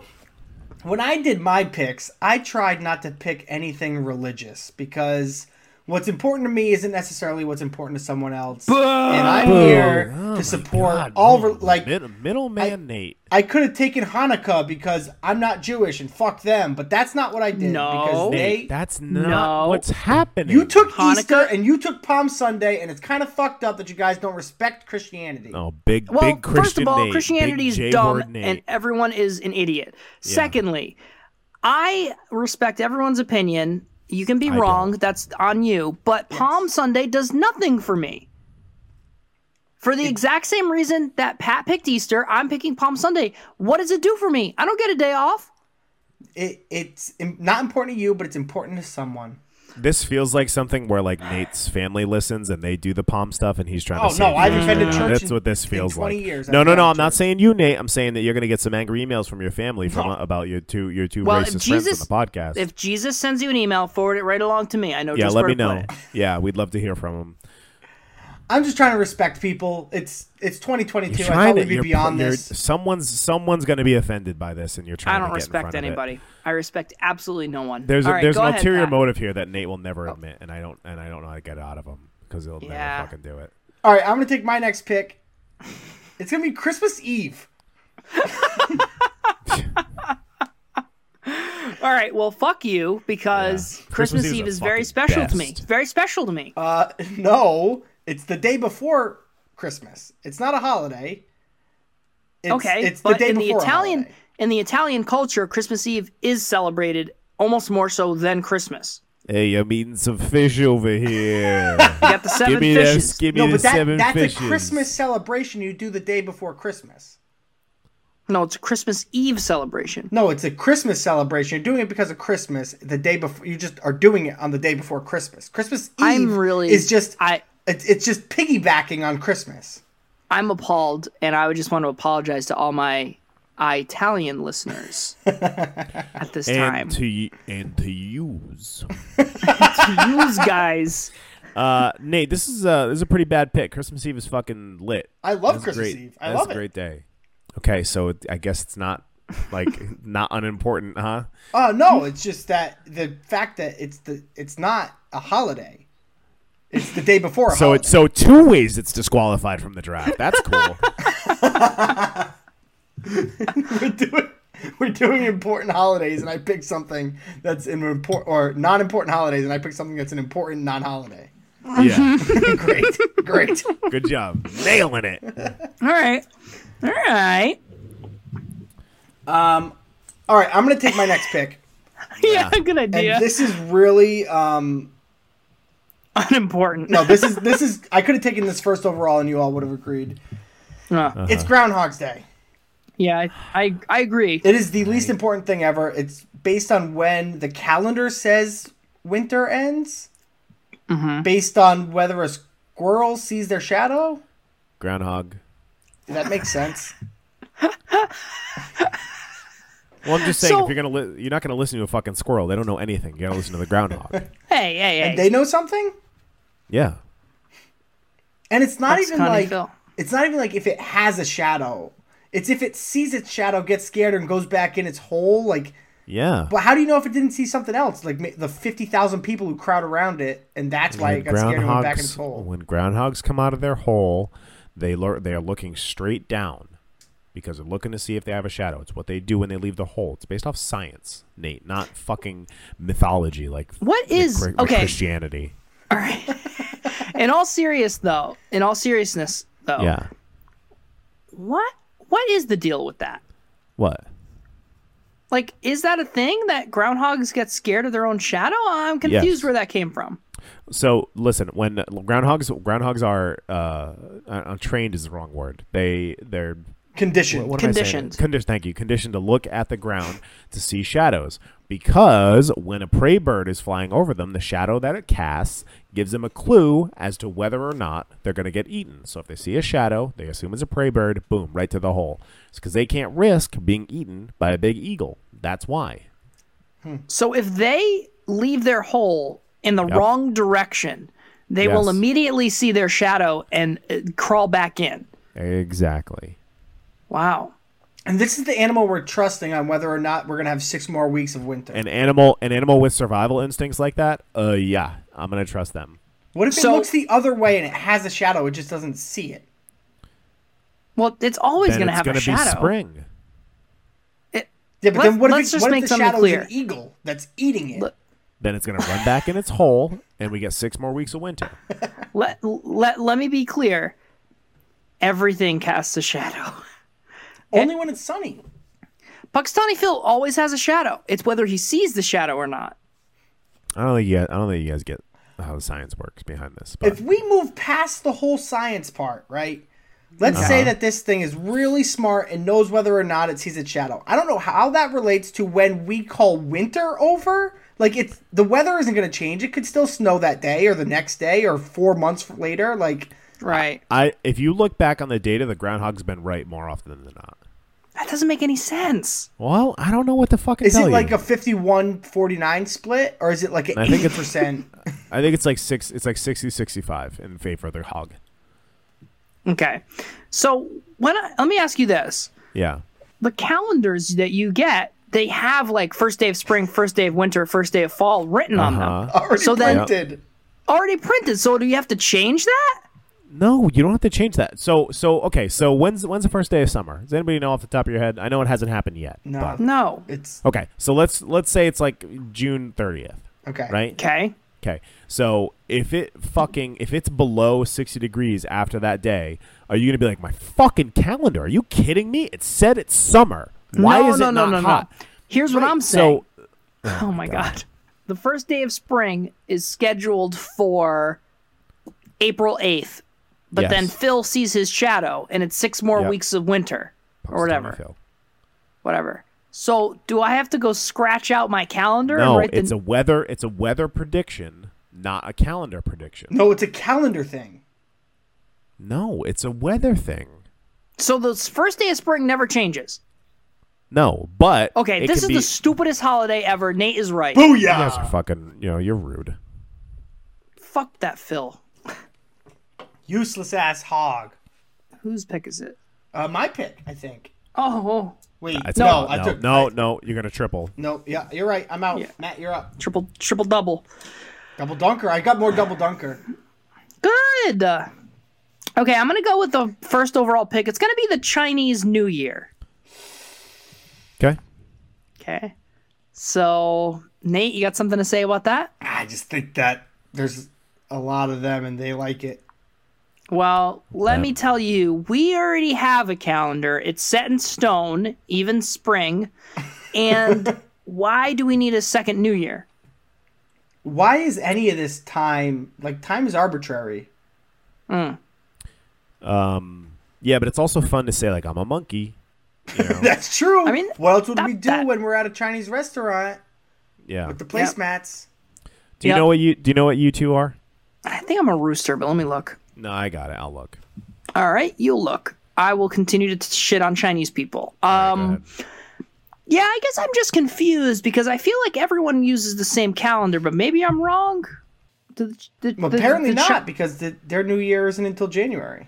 S1: when I did my picks, I tried not to pick anything religious because what's important to me isn't necessarily what's important to someone else. And I'm
S3: Oh
S1: here to support all re- like
S3: middleman Nate.
S1: I could have taken Hanukkah because I'm not Jewish and fuck them, but that's not what I did
S2: No.
S1: because they
S3: That's not
S2: No.
S3: what's happening.
S1: Oh, you took
S2: Hanukkah?
S1: Easter and you took Palm Sunday, and it's kind of fucked up that you guys don't respect Christianity.
S3: Oh, big
S2: Well,
S3: big Christian
S2: first of all,
S3: Nate.
S2: Christianity
S3: big
S2: is
S3: J-word
S2: dumb
S3: Nate.
S2: and everyone is an idiot. Secondly, I respect everyone's opinion. You can be
S3: I
S2: wrong,
S3: don't.
S2: that's on you, but Palm Sunday does nothing for me. For the exact same reason that Pat picked Easter, I'm picking Palm Sunday. What does it do for me? I don't get a day off.
S1: It, it's im- not important to you, but it's important to someone.
S3: This feels like something where like Nate's family listens and they do the palm stuff, and he's trying
S1: Oh,
S3: to.
S1: no,
S3: save
S1: I've
S3: you.
S1: offended church
S3: That's
S1: in-
S3: what this
S1: in
S3: feels
S1: 20
S3: like.
S1: years.
S3: No,
S1: I've
S3: no, no.
S1: offended
S3: I'm not
S1: church.
S3: saying you, Nate. I'm saying that you're going to get some angry emails from your family from
S1: No.
S3: about your two your two
S2: Well,
S3: racist
S2: if Jesus,
S3: friends on the podcast.
S2: if Jesus sends you an email, forward it right along to me. I know.
S3: yeah,
S2: just
S3: let
S2: where
S3: me
S2: to put
S3: know.
S2: it.
S3: Yeah, we'd love to hear from them.
S1: I'm just trying to respect people. It's it's 2022.
S3: You're
S1: I
S3: trying
S1: thought
S3: to.
S1: we'd be
S3: You're,
S1: beyond
S3: you're-
S1: this.
S3: someone's someone's going to be offended by this, and you're trying.
S2: I don't
S3: to get in front
S2: respect
S3: of it.
S2: anybody. I respect absolutely no one.
S3: There's a,
S2: All right,
S3: there's
S2: go
S3: an
S2: ahead,
S3: ulterior
S2: Pat.
S3: motive here that Nate will never
S1: Oh.
S3: admit, and I don't and I don't know how to get it out of him because he'll
S2: Yeah.
S3: never fucking do it.
S1: All right, I'm gonna take my next pick. It's gonna be Christmas Eve.
S2: All right, well, fuck you because
S3: Yeah.
S2: Christmas,
S3: Christmas
S2: Eve,
S3: Eve is
S2: is
S3: the
S2: very
S3: fucking
S2: special to me.
S3: best.
S2: It's very special to me.
S1: Uh, no, it's the day before Christmas. It's not a holiday. It's,
S2: okay,
S1: it's
S2: but
S1: the day
S2: in the
S1: before a
S2: Italian
S1: holiday.
S2: in the Italian culture, Christmas Eve is celebrated almost more so than Christmas.
S3: Hey, you're eating some fish over here.
S2: You got the seven
S3: give me
S2: fishes.
S3: this. Give me
S1: No,
S3: the
S1: but that,
S3: seven
S1: that's
S3: fishes.
S1: a Christmas celebration you do the day before Christmas.
S2: No, it's a Christmas Eve celebration.
S1: No, it's a Christmas celebration. You're doing it because of Christmas. The day before, you just are doing it on the day before Christmas. Christmas Eve
S2: I'm really
S1: is just
S2: I
S1: it's, it's just piggybacking on Christmas.
S2: I'm appalled, and I would just want to apologize to all my Italian listeners at this time.
S3: and to y- and to use.
S2: To use guys,
S3: Uh, Nate, this is uh this is a pretty bad pick. Christmas Eve is fucking lit.
S1: I love
S3: That's
S1: Christmas
S3: great.
S1: Eve. I
S3: That's
S1: love
S3: a
S1: it.
S3: great day. Okay, so it, I guess it's not like not unimportant, huh?
S1: Oh
S3: Mm.
S1: no, it's just that the fact that it's the it's not a holiday. It's the day before. A
S3: So
S1: holiday.
S3: it's so two ways it's disqualified from the draft. That's cool.
S1: we're doing we're doing important holidays, and I picked something that's an important or non-important holidays, and I picked something that's an important non-holiday.
S3: yeah.
S1: great, great.
S3: Good job. Nailing it.
S2: all right, all right,
S1: All right, I'm gonna take my next pick,
S2: yeah, good
S1: and
S2: idea.
S1: this is really um,
S2: Unimportant.
S1: no, this is this is I could have taken this first overall, and you all would have agreed.
S2: Uh,
S3: Uh-huh.
S1: It's Groundhog's Day.
S2: yeah, I, I I agree.
S1: It is the least important thing ever. It's based on when the calendar says winter ends, based on whether a squirrel sees their shadow.
S3: Groundhog.
S1: That makes sense.
S3: Well, I'm just saying,
S2: So-
S3: if you're gonna li- you're not gonna listen to a fucking squirrel. They don't know anything. You gotta listen to the groundhog.
S2: hey, hey, hey.
S1: They know something,
S3: Yeah.
S1: and it's not
S2: That's
S1: even
S2: Connie
S1: like
S2: Phil.
S1: it's not even like if it has a shadow. It's if it sees its shadow, gets scared, and goes back in its hole. Like,
S3: Yeah.
S1: but how do you know if it didn't see something else? Like ma- the fifty thousand people who crowd around it, and that's why it got scared and went back in its hole.
S3: when groundhogs come out of their hole, they lur- they are looking straight down because they're looking to see if they have a shadow. It's what they do when they leave the hole. It's based off science, Nate, not fucking mythology like
S2: What is-
S3: like,
S2: okay.
S3: Christianity.
S2: All right. in all serious though, in all seriousness though,
S3: Yeah.
S2: what what is the deal with that?
S3: What?
S2: Like, is that a thing that groundhogs get scared of their own shadow? I'm confused
S3: Yes.
S2: where that came from.
S3: So listen, when groundhogs groundhogs are uh, uh, trained is the wrong word. They they're
S1: Condition.
S3: what am I saying?
S2: Conditioned.
S3: Condi- thank you. Conditioned to look at the ground to see shadows. Because when a prey bird is flying over them, the shadow that it casts gives them a clue as to whether or not they're going to get eaten. So if they see a shadow, they assume it's a prey bird, boom, right to the hole. It's because they can't risk being eaten by a big eagle. That's why.
S2: So if they leave their hole in the wrong direction, they will
S3: Yes.
S2: immediately see their shadow and uh, crawl back in.
S3: Exactly.
S2: Wow.
S1: And this is the animal we're trusting on whether or not we're gonna have six more weeks of winter.
S3: An animal, an animal with survival instincts like that. Uh, yeah, I'm gonna trust them.
S1: what if
S2: So-
S1: it looks the other way and it has a shadow? It just doesn't see it.
S2: Well, it's always
S3: Then
S2: going to
S3: it's
S2: have
S3: gonna
S2: a shadow.
S3: be spring.
S1: Yeah, but
S2: Let's-
S1: then what if,
S2: let's
S1: it,
S2: just
S1: what
S2: make
S1: if the
S2: something
S1: shadow
S2: clear.
S1: is an eagle that's eating it?
S2: Look-
S3: Then it's gonna run back in its hole, and we get six more weeks of winter.
S2: Let, let let me be clear. Everything casts a shadow.
S1: Only when it's sunny.
S2: Pakistani Phil always has a shadow. It's whether he sees the shadow or not.
S3: I don't think you guys, I don't think you guys get how the science works behind this. But
S1: If we move past the whole science part, right? Let's
S2: Uh-huh.
S1: say that this thing is really smart and knows whether or not it sees its shadow. I don't know how that relates to when we call winter over. Like it's the weather isn't going to change. It could still snow that day or the next day or 4 months later like
S2: Right.
S3: I if you look back on the data, the groundhog's been right more often than not.
S2: That doesn't make any sense.
S3: Well, I don't know what the fuck to
S1: Is
S3: tell
S1: it like
S3: you.
S1: a 51-49 split or is it like an
S3: I think
S1: 80%?
S3: it's- I think it's like six. It's like 60, 65 in favor of the hog.
S2: Okay. So when I, let me ask you this:
S3: Yeah,
S2: the calendars that you get, they have like first day of spring, first day of winter, first day of fall written on
S3: Uh-huh.
S2: them,
S1: Already
S2: So then-
S1: printed.
S2: already printed. So do you have to change that?
S3: No, you don't have to change that. So, so okay. So when's when's the first day of summer? Does anybody know off the top of your head? I know it hasn't happened yet.
S1: No.
S3: but-
S2: No.
S1: It's
S3: okay. So let's let's say it's like June thirtieth,
S1: okay.
S3: Oh, right?
S2: Okay.
S3: Okay. So if it fucking if it's below 60 degrees after that day, are you going to be like my fucking calendar? Are you kidding me? It said it's summer. Why
S2: no,
S3: is
S2: no,
S3: it
S2: no,
S3: not
S2: no,
S3: hot?
S2: no. Here's what I'm saying.
S3: So
S2: oh my god. The first day of spring is scheduled for April 8th, but
S3: Yes.
S2: then Phil sees his shadow and it's six more
S3: Yep.
S2: weeks of winter or whatever.
S3: Phil.
S2: Whatever. So, do I have to go scratch out my calendar
S3: No,
S2: and write
S3: it's
S2: the
S3: a weather it's a weather prediction, not a calendar prediction.
S1: No, it's a calendar thing.
S3: No, it's a weather thing.
S2: So the first day of spring never changes.
S3: No, but
S2: Okay,
S3: it
S2: this
S3: can
S2: is
S3: be,
S2: the stupidest holiday ever. Nate is right.
S1: Booyah!
S3: you guys are fucking. You know, you're rude.
S2: Fuck that Phil.
S1: Useless ass hog.
S2: Whose pick is it?
S1: Uh, my pick, I think.
S2: Oh, oh.
S1: Wait,
S3: It's
S1: no,
S3: not-
S1: I
S3: no,
S1: took
S3: no,
S1: I-
S3: no, You're gonna triple.
S1: no. Yeah, you're right. I'm out.
S2: Yeah.
S1: Matt, you're up.
S2: triple triple double.
S1: Double dunker. I got more double dunker.
S2: Good. Uh, Okay, I'm gonna go with the first overall pick. It's gonna be the Chinese New Year.
S3: Okay.
S2: Okay. So Nate, you got something to say about that?
S1: Ah, I just think that there's a lot of them and they like it.
S2: Well, let me tell you, we already have a calendar. It's set in stone, even spring. And why do we need a second New Year?
S1: Why is any of this time like time is arbitrary?
S3: Yeah, but it's also fun to say like I'm a monkey. You know?
S1: That's true.
S2: I mean,
S1: what else would we
S2: stop
S1: do
S2: that.
S1: when we're at a Chinese restaurant
S3: yeah.
S1: with the placemats?
S3: Do you
S2: Yep.
S3: know what you Do you know what you two are?
S2: I think I'm a rooster, but let me look.
S3: No, I got it. I'll look.
S2: All right, you'll look. I will continue to t- shit on Chinese people.
S3: All right, go
S2: Um,
S3: ahead.
S2: yeah, I guess I'm just confused because I feel like everyone uses the same calendar, but maybe I'm wrong. The- the-
S1: Well,
S2: the-
S1: apparently
S2: the Chi-
S1: not because the, their new year isn't until January.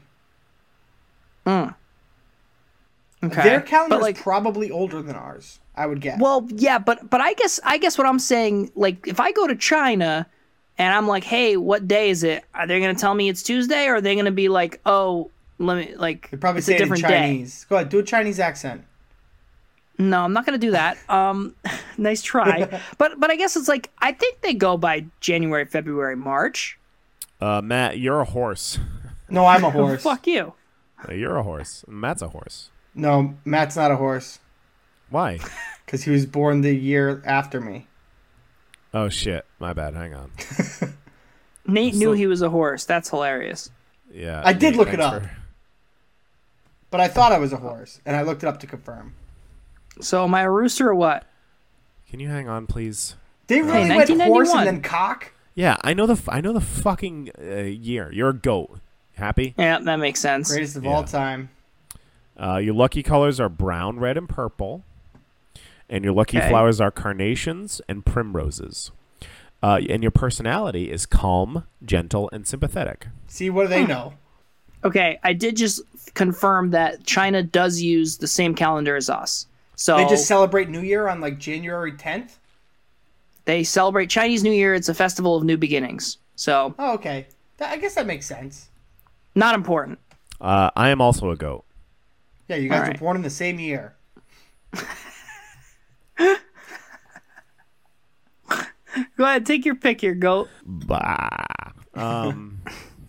S2: okay.
S1: Their calendar
S2: but like,
S1: is probably older than ours. I would guess.
S2: well, yeah, but but I guess I guess what I'm saying, like, if I go to China and I'm like, hey, what day is it? Are they gonna tell me it's Tuesday, or are they gonna be like, oh, let me like,
S1: They'd probably
S2: it's
S1: say
S2: a
S1: it in
S2: different day?
S1: Chinese. Go ahead, do a Chinese accent.
S2: No, I'm not gonna do that. Um, nice try, but but I guess it's like I think they go by January, February, March.
S3: Uh, Matt, you're a horse.
S1: No, I'm a horse.
S2: Fuck you.
S3: You're a horse. Matt's a horse.
S1: No, Matt's not a horse
S3: Why?
S1: because he was born the year after me.
S3: Oh shit. My bad. Hang on.
S2: Nate
S3: So-
S2: knew he was a horse. That's hilarious.
S3: Yeah.
S1: I did
S3: Nate,
S1: look it
S3: thanks
S1: up.
S3: for-
S1: But I thought I was a horse, and I looked it up to confirm.
S2: So am I a rooster or what?
S3: Can you hang on, please?
S1: They really went horse
S2: 1991.
S1: and then cock.
S3: Yeah, I know the f- I know the fucking uh, year. You're a goat. Happy?
S2: Yeah, that makes sense.
S1: Greatest of
S3: Yeah.
S1: all time.
S3: Uh, your lucky colors are brown, red, and purple. And your lucky
S2: Okay.
S3: flowers are carnations and primroses. Uh, and your personality is calm, gentle, and sympathetic.
S1: See, what do they know?
S2: Okay, I did just confirm that China does use the same calendar as us. So
S1: They just celebrate New Year on like January 10th.
S2: they celebrate Chinese New Year. It's a festival of new beginnings. So
S1: Oh, okay. That, I guess that makes sense.
S2: not important.
S3: Uh, I am also a goat.
S1: Yeah, you guys
S2: Alright.
S1: were born in the same year.
S2: Go ahead, take your pick here, goat.
S3: Bah. Um,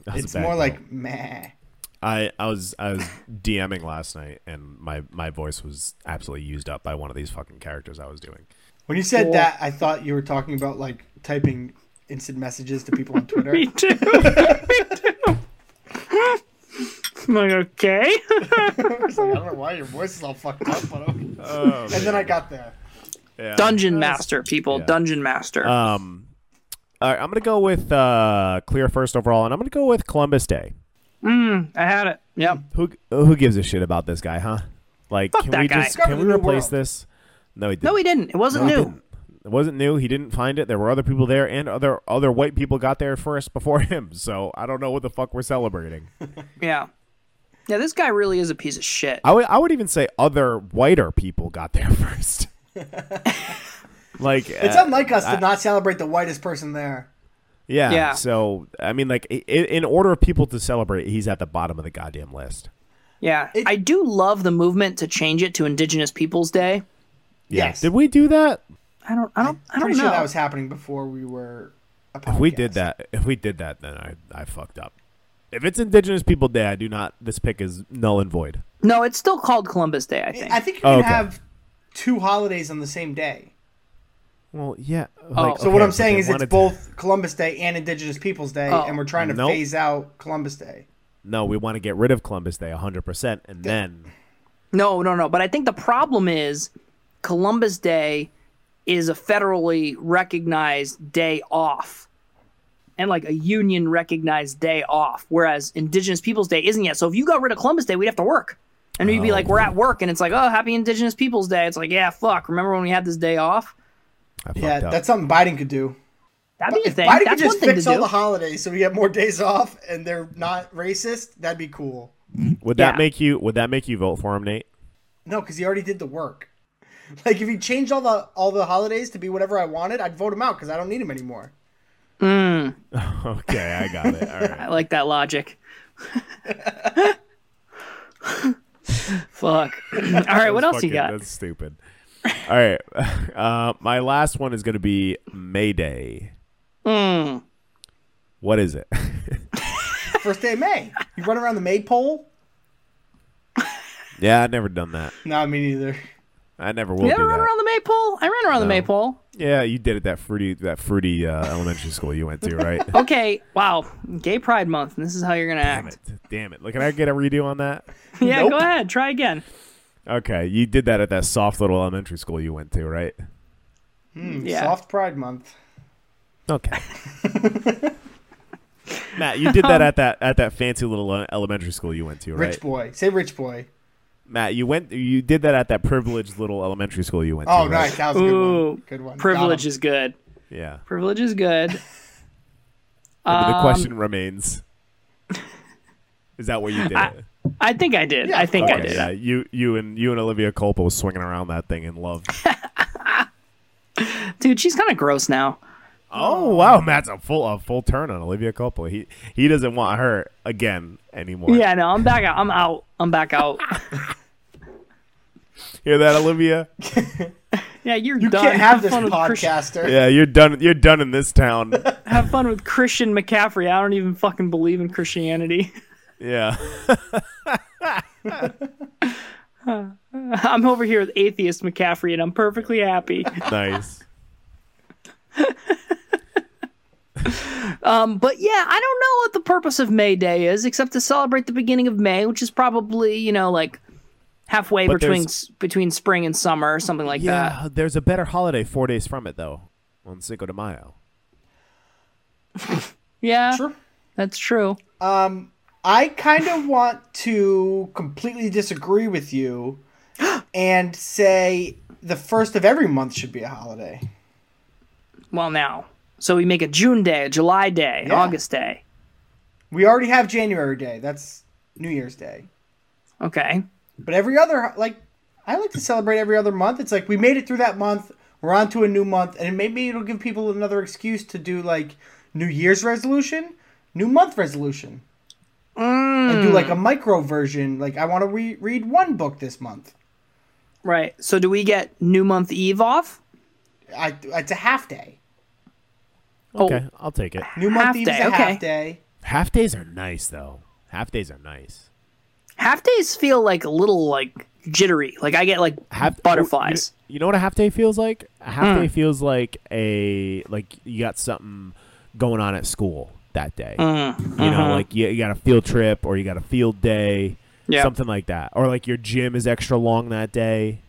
S3: that was a
S1: It's
S3: bad
S1: more
S3: goat.
S1: like meh.
S3: I, I was I was DMing last night, and my my voice was absolutely used up by one of these fucking characters I was doing.
S1: When you said
S2: Cool.
S1: that, I thought you were talking about like typing instant messages to people on Twitter.
S2: Me too. Me too. I'm like, okay.
S1: I don't know why your voice is all fucked up, but okay.
S2: Oh,
S1: and then I got there.
S3: Yeah.
S2: Dungeon Master, people.
S3: Yeah.
S2: Dungeon Master.
S3: Um, all right, I'm gonna go with uh, clear first overall, and I'm gonna go with Columbus Day.
S2: I had it. Yep.
S3: Who who gives a shit about this guy, huh? Like, can
S2: that
S3: we
S2: guy.
S3: just can
S1: Discovered
S3: we
S1: the new
S3: replace
S1: world.
S3: this? No, he didn't.
S2: No, he didn't. It wasn't
S3: No, he
S2: new.
S3: didn't. It wasn't new. He didn't find it. There were other people there, and other other white people got there first before him. So I don't know what the fuck we're celebrating.
S2: Yeah. Yeah, this guy really is a piece of shit.
S3: I would I would even say other whiter people got there first. like
S1: It's
S3: uh,
S1: unlike us to not celebrate the whitest person there.
S3: yeah.
S2: Yeah.
S3: So I mean, like i- i- in order of people to celebrate, he's at the bottom of the goddamn list.
S2: Yeah. I do love the movement to change it to Indigenous Peoples Day.
S1: Yes.
S3: Did we do that?
S2: I don't I don't I don't
S1: Pretty
S2: know.
S1: sure that was happening before we were a
S3: If we
S1: podcast.
S3: did that, if we did that, then I, I fucked up. If it's Indigenous People Day, I do not. This pick is null and void.
S2: No, it's still called Columbus Day, I think.
S1: I think you can
S3: Oh, Okay.
S1: have two holidays on the same day.
S3: Well, yeah.
S2: like,
S1: Oh. So
S3: okay,
S1: what I'm
S3: but
S1: saying
S3: they
S1: is it's
S3: wanted to-
S1: both Columbus Day and Indigenous Peoples Day,
S2: Oh.
S1: and we're trying to
S3: Nope.
S1: phase out Columbus Day.
S3: no, we want to get rid of Columbus Day 100, percent and then
S2: No, no, no. But I think the problem is Columbus Day is a federally recognized day off and like a union recognized day off, whereas Indigenous Peoples Day isn't yet. So if you got rid of Columbus Day, we'd have to work. And we'd be like, we're at work, and it's like, oh, happy Indigenous Peoples Day. It's like, yeah, fuck. Remember when we had this day off?
S3: I fucked
S1: Yeah,
S3: up.
S1: that's something Biden could do.
S2: That'd be a
S1: If
S2: thing.
S1: Biden could
S2: That's one
S1: just
S2: thing to
S1: fix all the
S2: do.
S1: holidays so we get more days off and they're not racist, that'd be cool.
S3: would
S2: yeah.
S3: that make you? Would that make you vote for him, Nate?
S1: No, because he already did the work. Like if he changed all the all the holidays to be whatever I wanted, I'd vote him out because I don't need him anymore.
S3: Okay, I got it. All right.
S2: I like that logic. fuck. all right, what else you
S3: Fucking-
S2: got?
S3: That's stupid. All right, uh, my last one is going to be Mayday.
S2: Hmm.
S3: What is it?
S1: First day of May, you run around the maypole.
S3: yeah, I've never done that.
S1: No, me neither.
S3: I never will
S2: You
S3: do
S2: ever run
S3: that.
S2: around the maypole? I ran around the
S3: No.
S2: maypole.
S3: Yeah, you did it that fruity that fruity uh, elementary school you went to, right?
S2: Okay, wow. Gay Pride Month, and this is how you're gonna
S3: Damn
S2: act.
S3: it! Damn it! Look, can I get a redo on that?
S2: Yeah,
S1: Nope.
S2: go ahead, try again.
S3: Okay, you did that at that soft little elementary school you went to, right? Mm,
S2: yeah.
S1: Soft Pride Month.
S3: Okay. Matt, you did
S2: Um,
S3: that at that at that fancy little uh, elementary school you went to, right?
S1: Rich boy, say rich boy.
S3: Matt, you went you did that at that privileged little elementary school you went to.
S1: Oh,
S3: right?
S1: nice. That was a good one.
S2: Ooh,
S1: Good one. Got
S2: privilege
S1: him.
S2: is good.
S3: Yeah.
S2: Privilege is good.
S3: But
S2: Um,
S3: the question remains Is that what you did? it?
S2: I think I did. I think I
S3: Okay,
S2: did.
S3: yeah, you you and you and Olivia Culpa was swinging around that thing in love.
S2: Dude, she's kind of gross now.
S3: oh wow, Matt's a full a full turn on Olivia Culpa. He he doesn't want her again anymore.
S2: Yeah, no, I'm back out. I'm out. I'm back out.
S3: Hear that, Olivia?
S2: Yeah, you're
S1: You
S2: done.
S1: can't have this
S2: fun with Christian,
S1: podcaster.
S3: Yeah, you're done you're done in this town.
S2: have fun with Christian McCaffrey. I don't even fucking believe in Christianity.
S3: Yeah.
S2: I'm over here with atheist McCaffrey, and I'm perfectly happy.
S3: nice.
S2: But yeah, I don't know what the purpose of May Day is, except to celebrate the beginning of May, which is probably you know like halfway
S3: But
S2: between
S3: there's-
S2: s- between spring and summer or something like that.
S3: Yeah, there's a better holiday four days from it though. On Cinco de Mayo.
S2: Yeah,
S1: Sure.
S2: that's true.
S1: I kind of want to completely disagree with you and say the first of every month should be a holiday.
S2: Well, now, so we make a June Day, a July Day, an
S1: Yeah.
S2: August Day.
S1: We already have January Day. That's New Year's Day.
S2: Okay,
S1: But every other like I like to celebrate every other month. It's like we made it through that month. We're on to a new month and maybe it'll give people another excuse to do like New Year's resolution, new month resolution. And do like a micro version. Like I want to re- read one book this month.
S2: right. So do we get New Month Eve off?
S1: I it's a half day.
S2: Oh.
S3: Okay, I'll take it.
S1: New month
S2: Half
S1: Eve is
S2: day,
S1: a
S2: okay.
S1: half day.
S3: Half days are nice though. Half days are nice.
S2: Half days feel like a little like jittery. Like I get like
S3: Half oh,
S2: butterflies. Hmm.
S3: You, you know what a half day feels like? A half day feels like a like you got something going on at school that day.
S2: Mm,
S3: You
S2: mm-hmm.
S3: know, like you, you got a field trip or you got a field day,
S2: Yeah.
S3: something like that, or like your gym is extra long that day.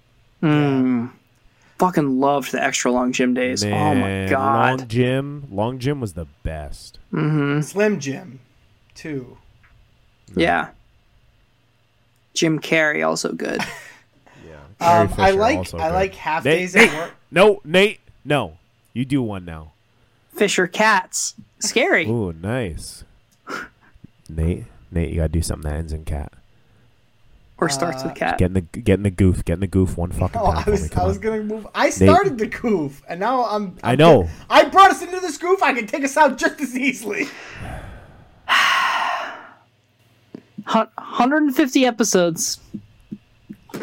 S2: Fucking loved the extra long gym days. oh my
S3: Man,
S2: god.
S3: long gym, long gym was the best.
S1: Slim Jim, too.
S2: Yeah. Jim Carrey also good.
S1: Um, I
S3: Carrie Fisher
S1: like
S3: also
S1: I
S3: good.
S1: like half
S3: Nate,
S1: days
S3: Nate,
S1: at work.
S3: No, Nate, no, you do one now.
S2: Fisher Cats. Scary.
S3: Ooh, nice. Nate, Nate, you gotta do something that ends in cat.
S2: Or starts with cat.
S3: Getting the getting the goof, getting the goof one fucking
S1: Oh,
S3: time.
S1: I
S3: for me,
S1: was
S3: come
S1: I was
S3: on.
S1: gonna move. I started the goof, and now I'm.
S3: I
S1: I'm
S3: know.
S1: ju- I brought us into this goof. I can take us out just as easily.
S2: Hun- 150 episodes.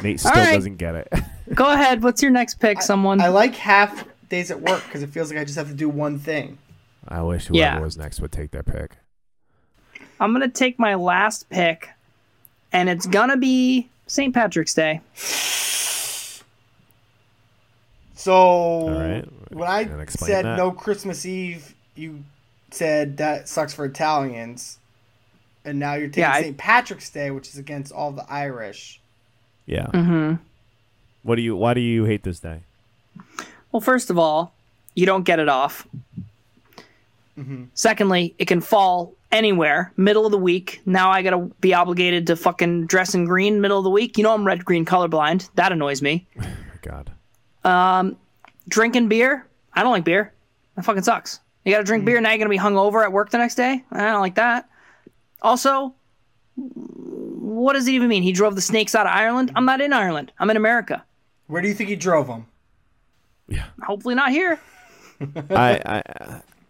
S3: Nate still
S2: All right.
S3: doesn't get it.
S2: Go ahead. What's your next pick, someone?
S1: I like half days at work because it feels like I just have to do one thing.
S3: I wish whoever
S2: Yeah.
S3: was next would take their pick.
S2: I'm gonna take my last pick, and it's gonna be St. Patrick's Day.
S1: So
S3: right.
S1: when I
S3: And explain
S1: said
S3: that.
S1: no Christmas Eve, you said that sucks for Italians, and now you're taking
S2: Yeah, I-
S1: St. Patrick's Day, which is against all the Irish.
S3: Yeah. Mm-hmm. What do you? Why do you hate this day?
S2: Well, first of all, you don't get it off. Secondly, it can fall anywhere, middle of the week. Now I gotta be obligated to fucking dress in green middle of the week. You know I'm red green colorblind. That annoys me.
S3: My God.
S2: Drinking beer, I don't like beer. That fucking sucks. You gotta
S3: Hmm.
S2: drink beer now. You're gonna be hungover at work the next day. I don't like that. Also, what does it even mean? He drove the snakes out of Ireland. I'm not in Ireland. I'm in America.
S1: Where do you think he drove them?
S2: Hopefully not here.
S3: I, I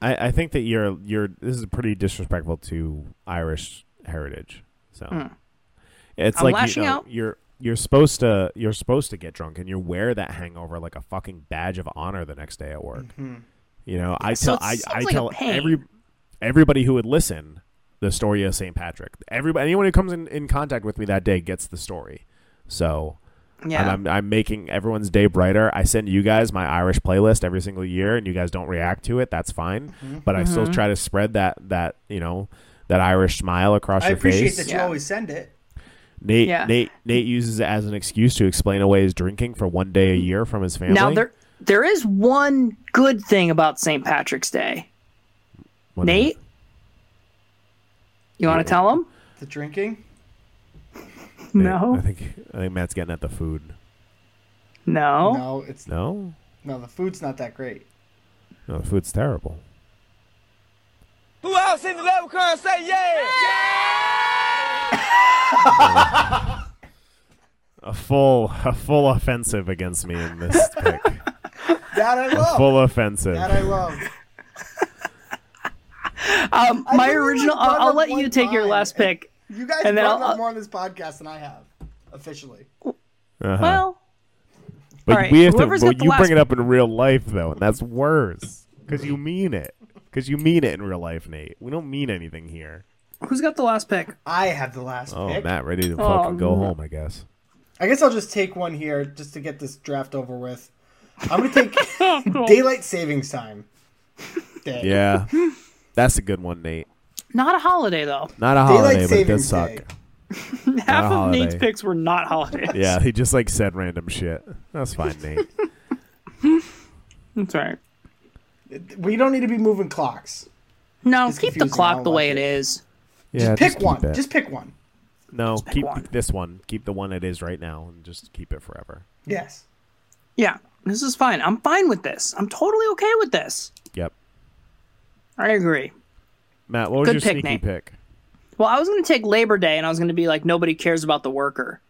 S3: I I think that you're you're this is pretty disrespectful to Irish heritage. So it's
S2: Hmm. I'm
S3: like you
S2: lashing
S3: know,
S2: out.
S3: you're you're supposed to you're supposed to get drunk and you wear that hangover like a fucking badge of honor the next day at work. You know, I
S2: so
S3: tell
S2: it
S3: I,
S2: sounds
S3: I
S2: like a
S3: tell
S2: pain.
S3: every everybody who would listen the story of St. Patrick. Everybody anyone who comes in, in contact with me that day gets the story. So
S2: Yeah.
S3: and I'm, I'm making everyone's day brighter. I send you guys my Irish playlist every single year, and you guys don't react to it. That's fine,
S1: Mm-hmm.
S3: but I
S2: Mm-hmm.
S3: still try to spread that that you know that Irish smile across
S1: I
S3: your
S1: appreciate
S3: face.
S1: that you
S2: Yeah.
S1: always send it.
S3: Nate
S2: Yeah.
S3: Nate Nate uses it as an excuse to explain away his drinking for one day a year from his family.
S2: Now there there is one good thing about St. Patrick's Day.
S3: What is
S2: Nate,
S3: it?
S2: you want to tell him?
S1: The drinking.
S3: Nate,
S2: No,
S3: I think I think Matt's getting at the food. Oh.
S2: no. Um,
S1: No, it's
S3: No,
S1: no. The food's not that great.
S3: no, the food's terrible.
S5: Who else in the leprechaun say yeah?
S3: A full a full offensive against me in this pick.
S1: That I love.
S3: Full offensive.
S1: That I love.
S2: Um, my
S1: think we
S2: original.
S1: only
S2: I'll,
S1: brought
S2: I'll
S1: up
S2: let you
S1: one
S2: take your
S1: time.
S2: last pick.
S1: You guys
S2: And then
S1: brought
S2: I'll- uh,
S1: up more on this podcast than I have officially.
S3: Uh-huh.
S2: Well,
S3: But
S2: All right,
S3: we have to.
S2: whoever's
S3: But
S2: got the
S3: you
S2: last-
S3: bring it up in real life though, and that's worse because you mean it. Because you mean it in real life, Nate. We don't mean anything here.
S2: who's got the last pick?
S1: I have the last
S3: Oh,
S1: pick.
S3: Matt, ready to
S2: Oh,
S3: fucking go
S2: no.
S3: home? I guess.
S1: I guess I'll just take one here just to get this draft over with. I'm gonna take daylight savings time. Day.
S3: Yeah, that's a good one, Nate.
S2: Not a holiday though.
S3: Not a
S1: Daylight
S3: holiday, but it
S1: savings
S3: does suck.
S1: day.
S2: Half of
S3: holiday.
S2: Nate's picks were not holidays.
S3: Yeah, he just like said random shit. That's fine, Nate.
S2: that's right.
S1: We don't need to be moving clocks.
S2: No,
S1: It's
S2: keep the
S1: confusing. I
S2: clock
S1: don't
S2: the way
S1: like
S2: it
S1: it.
S2: is.
S3: Yeah,
S1: just pick
S3: keep
S1: one.
S3: it.
S1: Just pick one.
S3: no,
S2: pick
S3: keep
S2: one.
S3: this one. Keep the one it is right now, and just keep it forever.
S1: Yes.
S2: Yeah, this is fine. I'm fine with this. I'm totally okay with this.
S3: Yep.
S2: I agree.
S3: Matt, what was
S2: Good
S3: your
S2: pick,
S3: sneaky
S2: Nate.
S3: pick?
S2: Well, I was going to take Labor Day, and I was going to be like, nobody cares about the worker.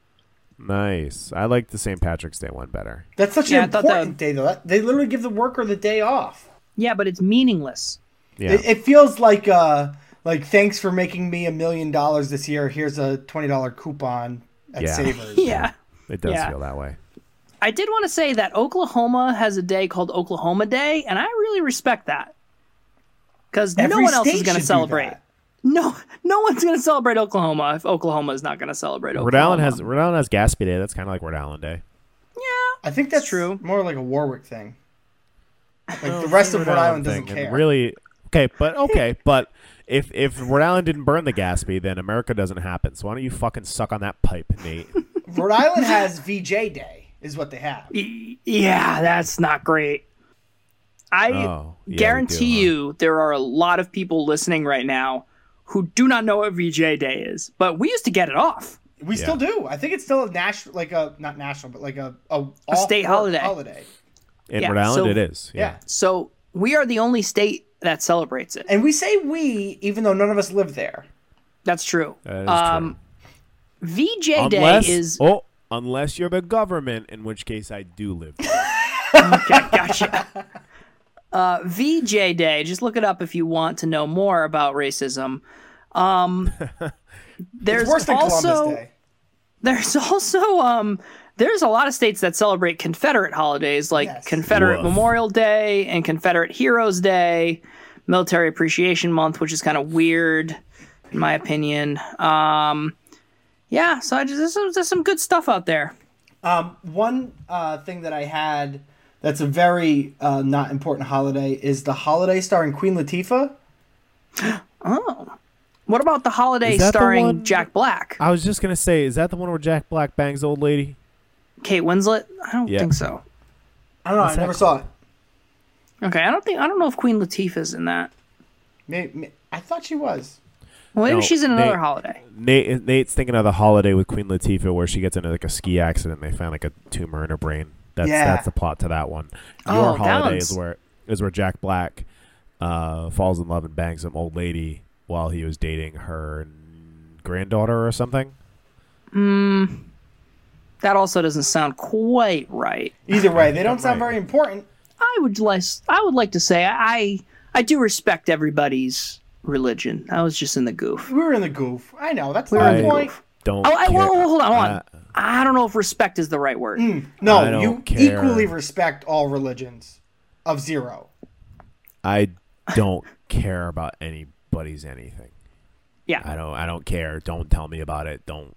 S3: Nice. I like the St. Patrick's Day one better.
S1: That's such
S2: Yeah, I
S1: an
S2: thought that-
S1: important day, though. That- They literally give the worker the day off.
S2: Yeah, but it's meaningless.
S3: Yeah.
S1: It, it feels like uh, like thanks for making me a million dollars this year. Here's a twenty dollar coupon at
S3: Yeah.
S1: Savers.
S2: Yeah.
S3: It does
S2: Yeah.
S3: feel that way.
S2: I did want to say that Oklahoma has a day called Oklahoma Day, and I really respect that because no
S1: Every
S2: one else
S1: state
S2: is going
S1: should
S2: to
S1: do
S2: celebrate.
S1: that.
S2: No, no one's going to celebrate Oklahoma if Oklahoma is not going to celebrate
S3: Rhode
S2: Oklahoma.
S3: Island has Rhode Island has Gatsby Day. That's kind of like Rhode Island Day.
S1: I think that's
S2: true.
S1: More like a Warwick thing. Like the rest of Rhode Island doesn't
S3: thing, and
S1: care.
S3: Really? Okay, but okay, but if if Rhode Island didn't burn the Gatsby, then America doesn't happen. So why don't you fucking suck on that pipe, Nate?
S1: Rhode Island has VJ Day, is what they have.
S2: Yeah, that's not great. I
S3: Oh, yeah, we do,
S2: guarantee
S3: huh?
S2: you there are a lot of people listening right now who do not know what VJ Day is, but we used to get it off.
S1: We still do. I think it's still a national, like a not national, but like a a, all
S2: state
S1: work
S2: holiday.
S1: Holiday.
S3: In
S2: Yeah,
S3: Rhode Island,
S2: so-
S3: it is.
S1: Yeah.
S3: Yeah.
S2: So we are the only state that celebrates it.
S1: and we say we, even though none of us live there.
S2: That's true.
S3: That is
S2: um, VJ
S3: true. Uh, Unless
S2: Day is
S3: oh, unless you're the government, in which case I do live. there.
S2: gotcha. Uh, VJ Day. Just look it up if you want to know more about racism. Um, there's
S1: It's worse than
S2: also
S1: Columbus Day.
S2: there's also um, there's a lot of states that celebrate Confederate holidays like
S1: Yes.
S2: Confederate
S3: Woof.
S2: Memorial Day and Confederate Heroes Day. Military Appreciation Month, which is kind of weird, in my opinion. Um, yeah, so I just, there's, some, there's some good stuff out there.
S1: Um, one uh, thing that I had that's a very uh, not important holiday is the holiday starring Queen Latifah.
S2: Oh. What about the holiday
S3: Is that the
S2: starring
S3: one-
S2: Jack Black?
S3: I was just gonna say, is that the one where Jack Black bangs the old lady?
S2: Kate Winslet? I don't
S3: Yeah.
S2: think so.
S1: I don't know. I
S3: that
S1: never saw it.
S2: Okay, I don't think I don't know if Queen Latifah's in that.
S1: Maybe, I thought she was.
S2: Well, maybe
S3: No,
S2: she's in another
S3: they-
S2: holiday.
S3: Nate, eh, Nate's thinking of the holiday with Queen Latifah, where she gets into like a ski accident. and They found like a tumor in her brain. That's
S1: Yeah.
S3: that's the plot to that one.
S2: Oh,
S3: Your
S2: that
S3: holiday
S2: one's-
S3: is where is where Jack Black uh, falls in love and bangs some old lady while he was dating her granddaughter or something.
S2: That also doesn't sound quite right.
S1: Either way, they don't sound
S3: Right.
S1: very important.
S2: I would like I would like to say I I do respect everybody's religion. I was just in the goof.
S1: We were in the goof. I know. That's
S3: I
S1: not the point.
S3: don't.
S2: Oh, I,
S3: care.
S2: whoa, whoa, hold on, hold on.
S3: Uh,
S2: I don't know if respect is the right word.
S3: I
S1: No,
S3: don't
S1: you
S3: care.
S1: equally respect all religions of zero.
S3: I don't care about anybody's anything.
S2: Yeah.
S3: I don't. I don't care. Don't tell me about it. Don't.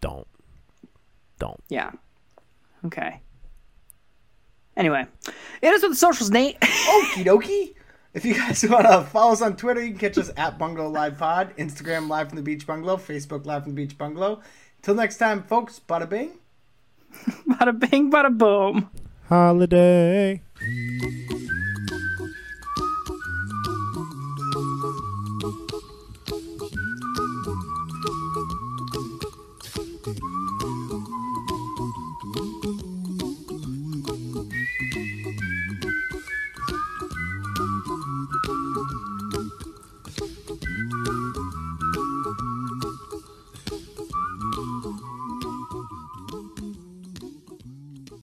S3: Don't. Don't.
S2: Yeah. Okay. Anyway, it is with the socials, Nate.
S1: Okie dokie. If you guys want to follow us on Twitter, you can catch us at Bungalow Live Pod, Instagram Live from the Beach Bungalow, Facebook Live from the Beach Bungalow. Till next time, folks, bada bing.
S2: bada bing, bada boom.
S3: Holiday.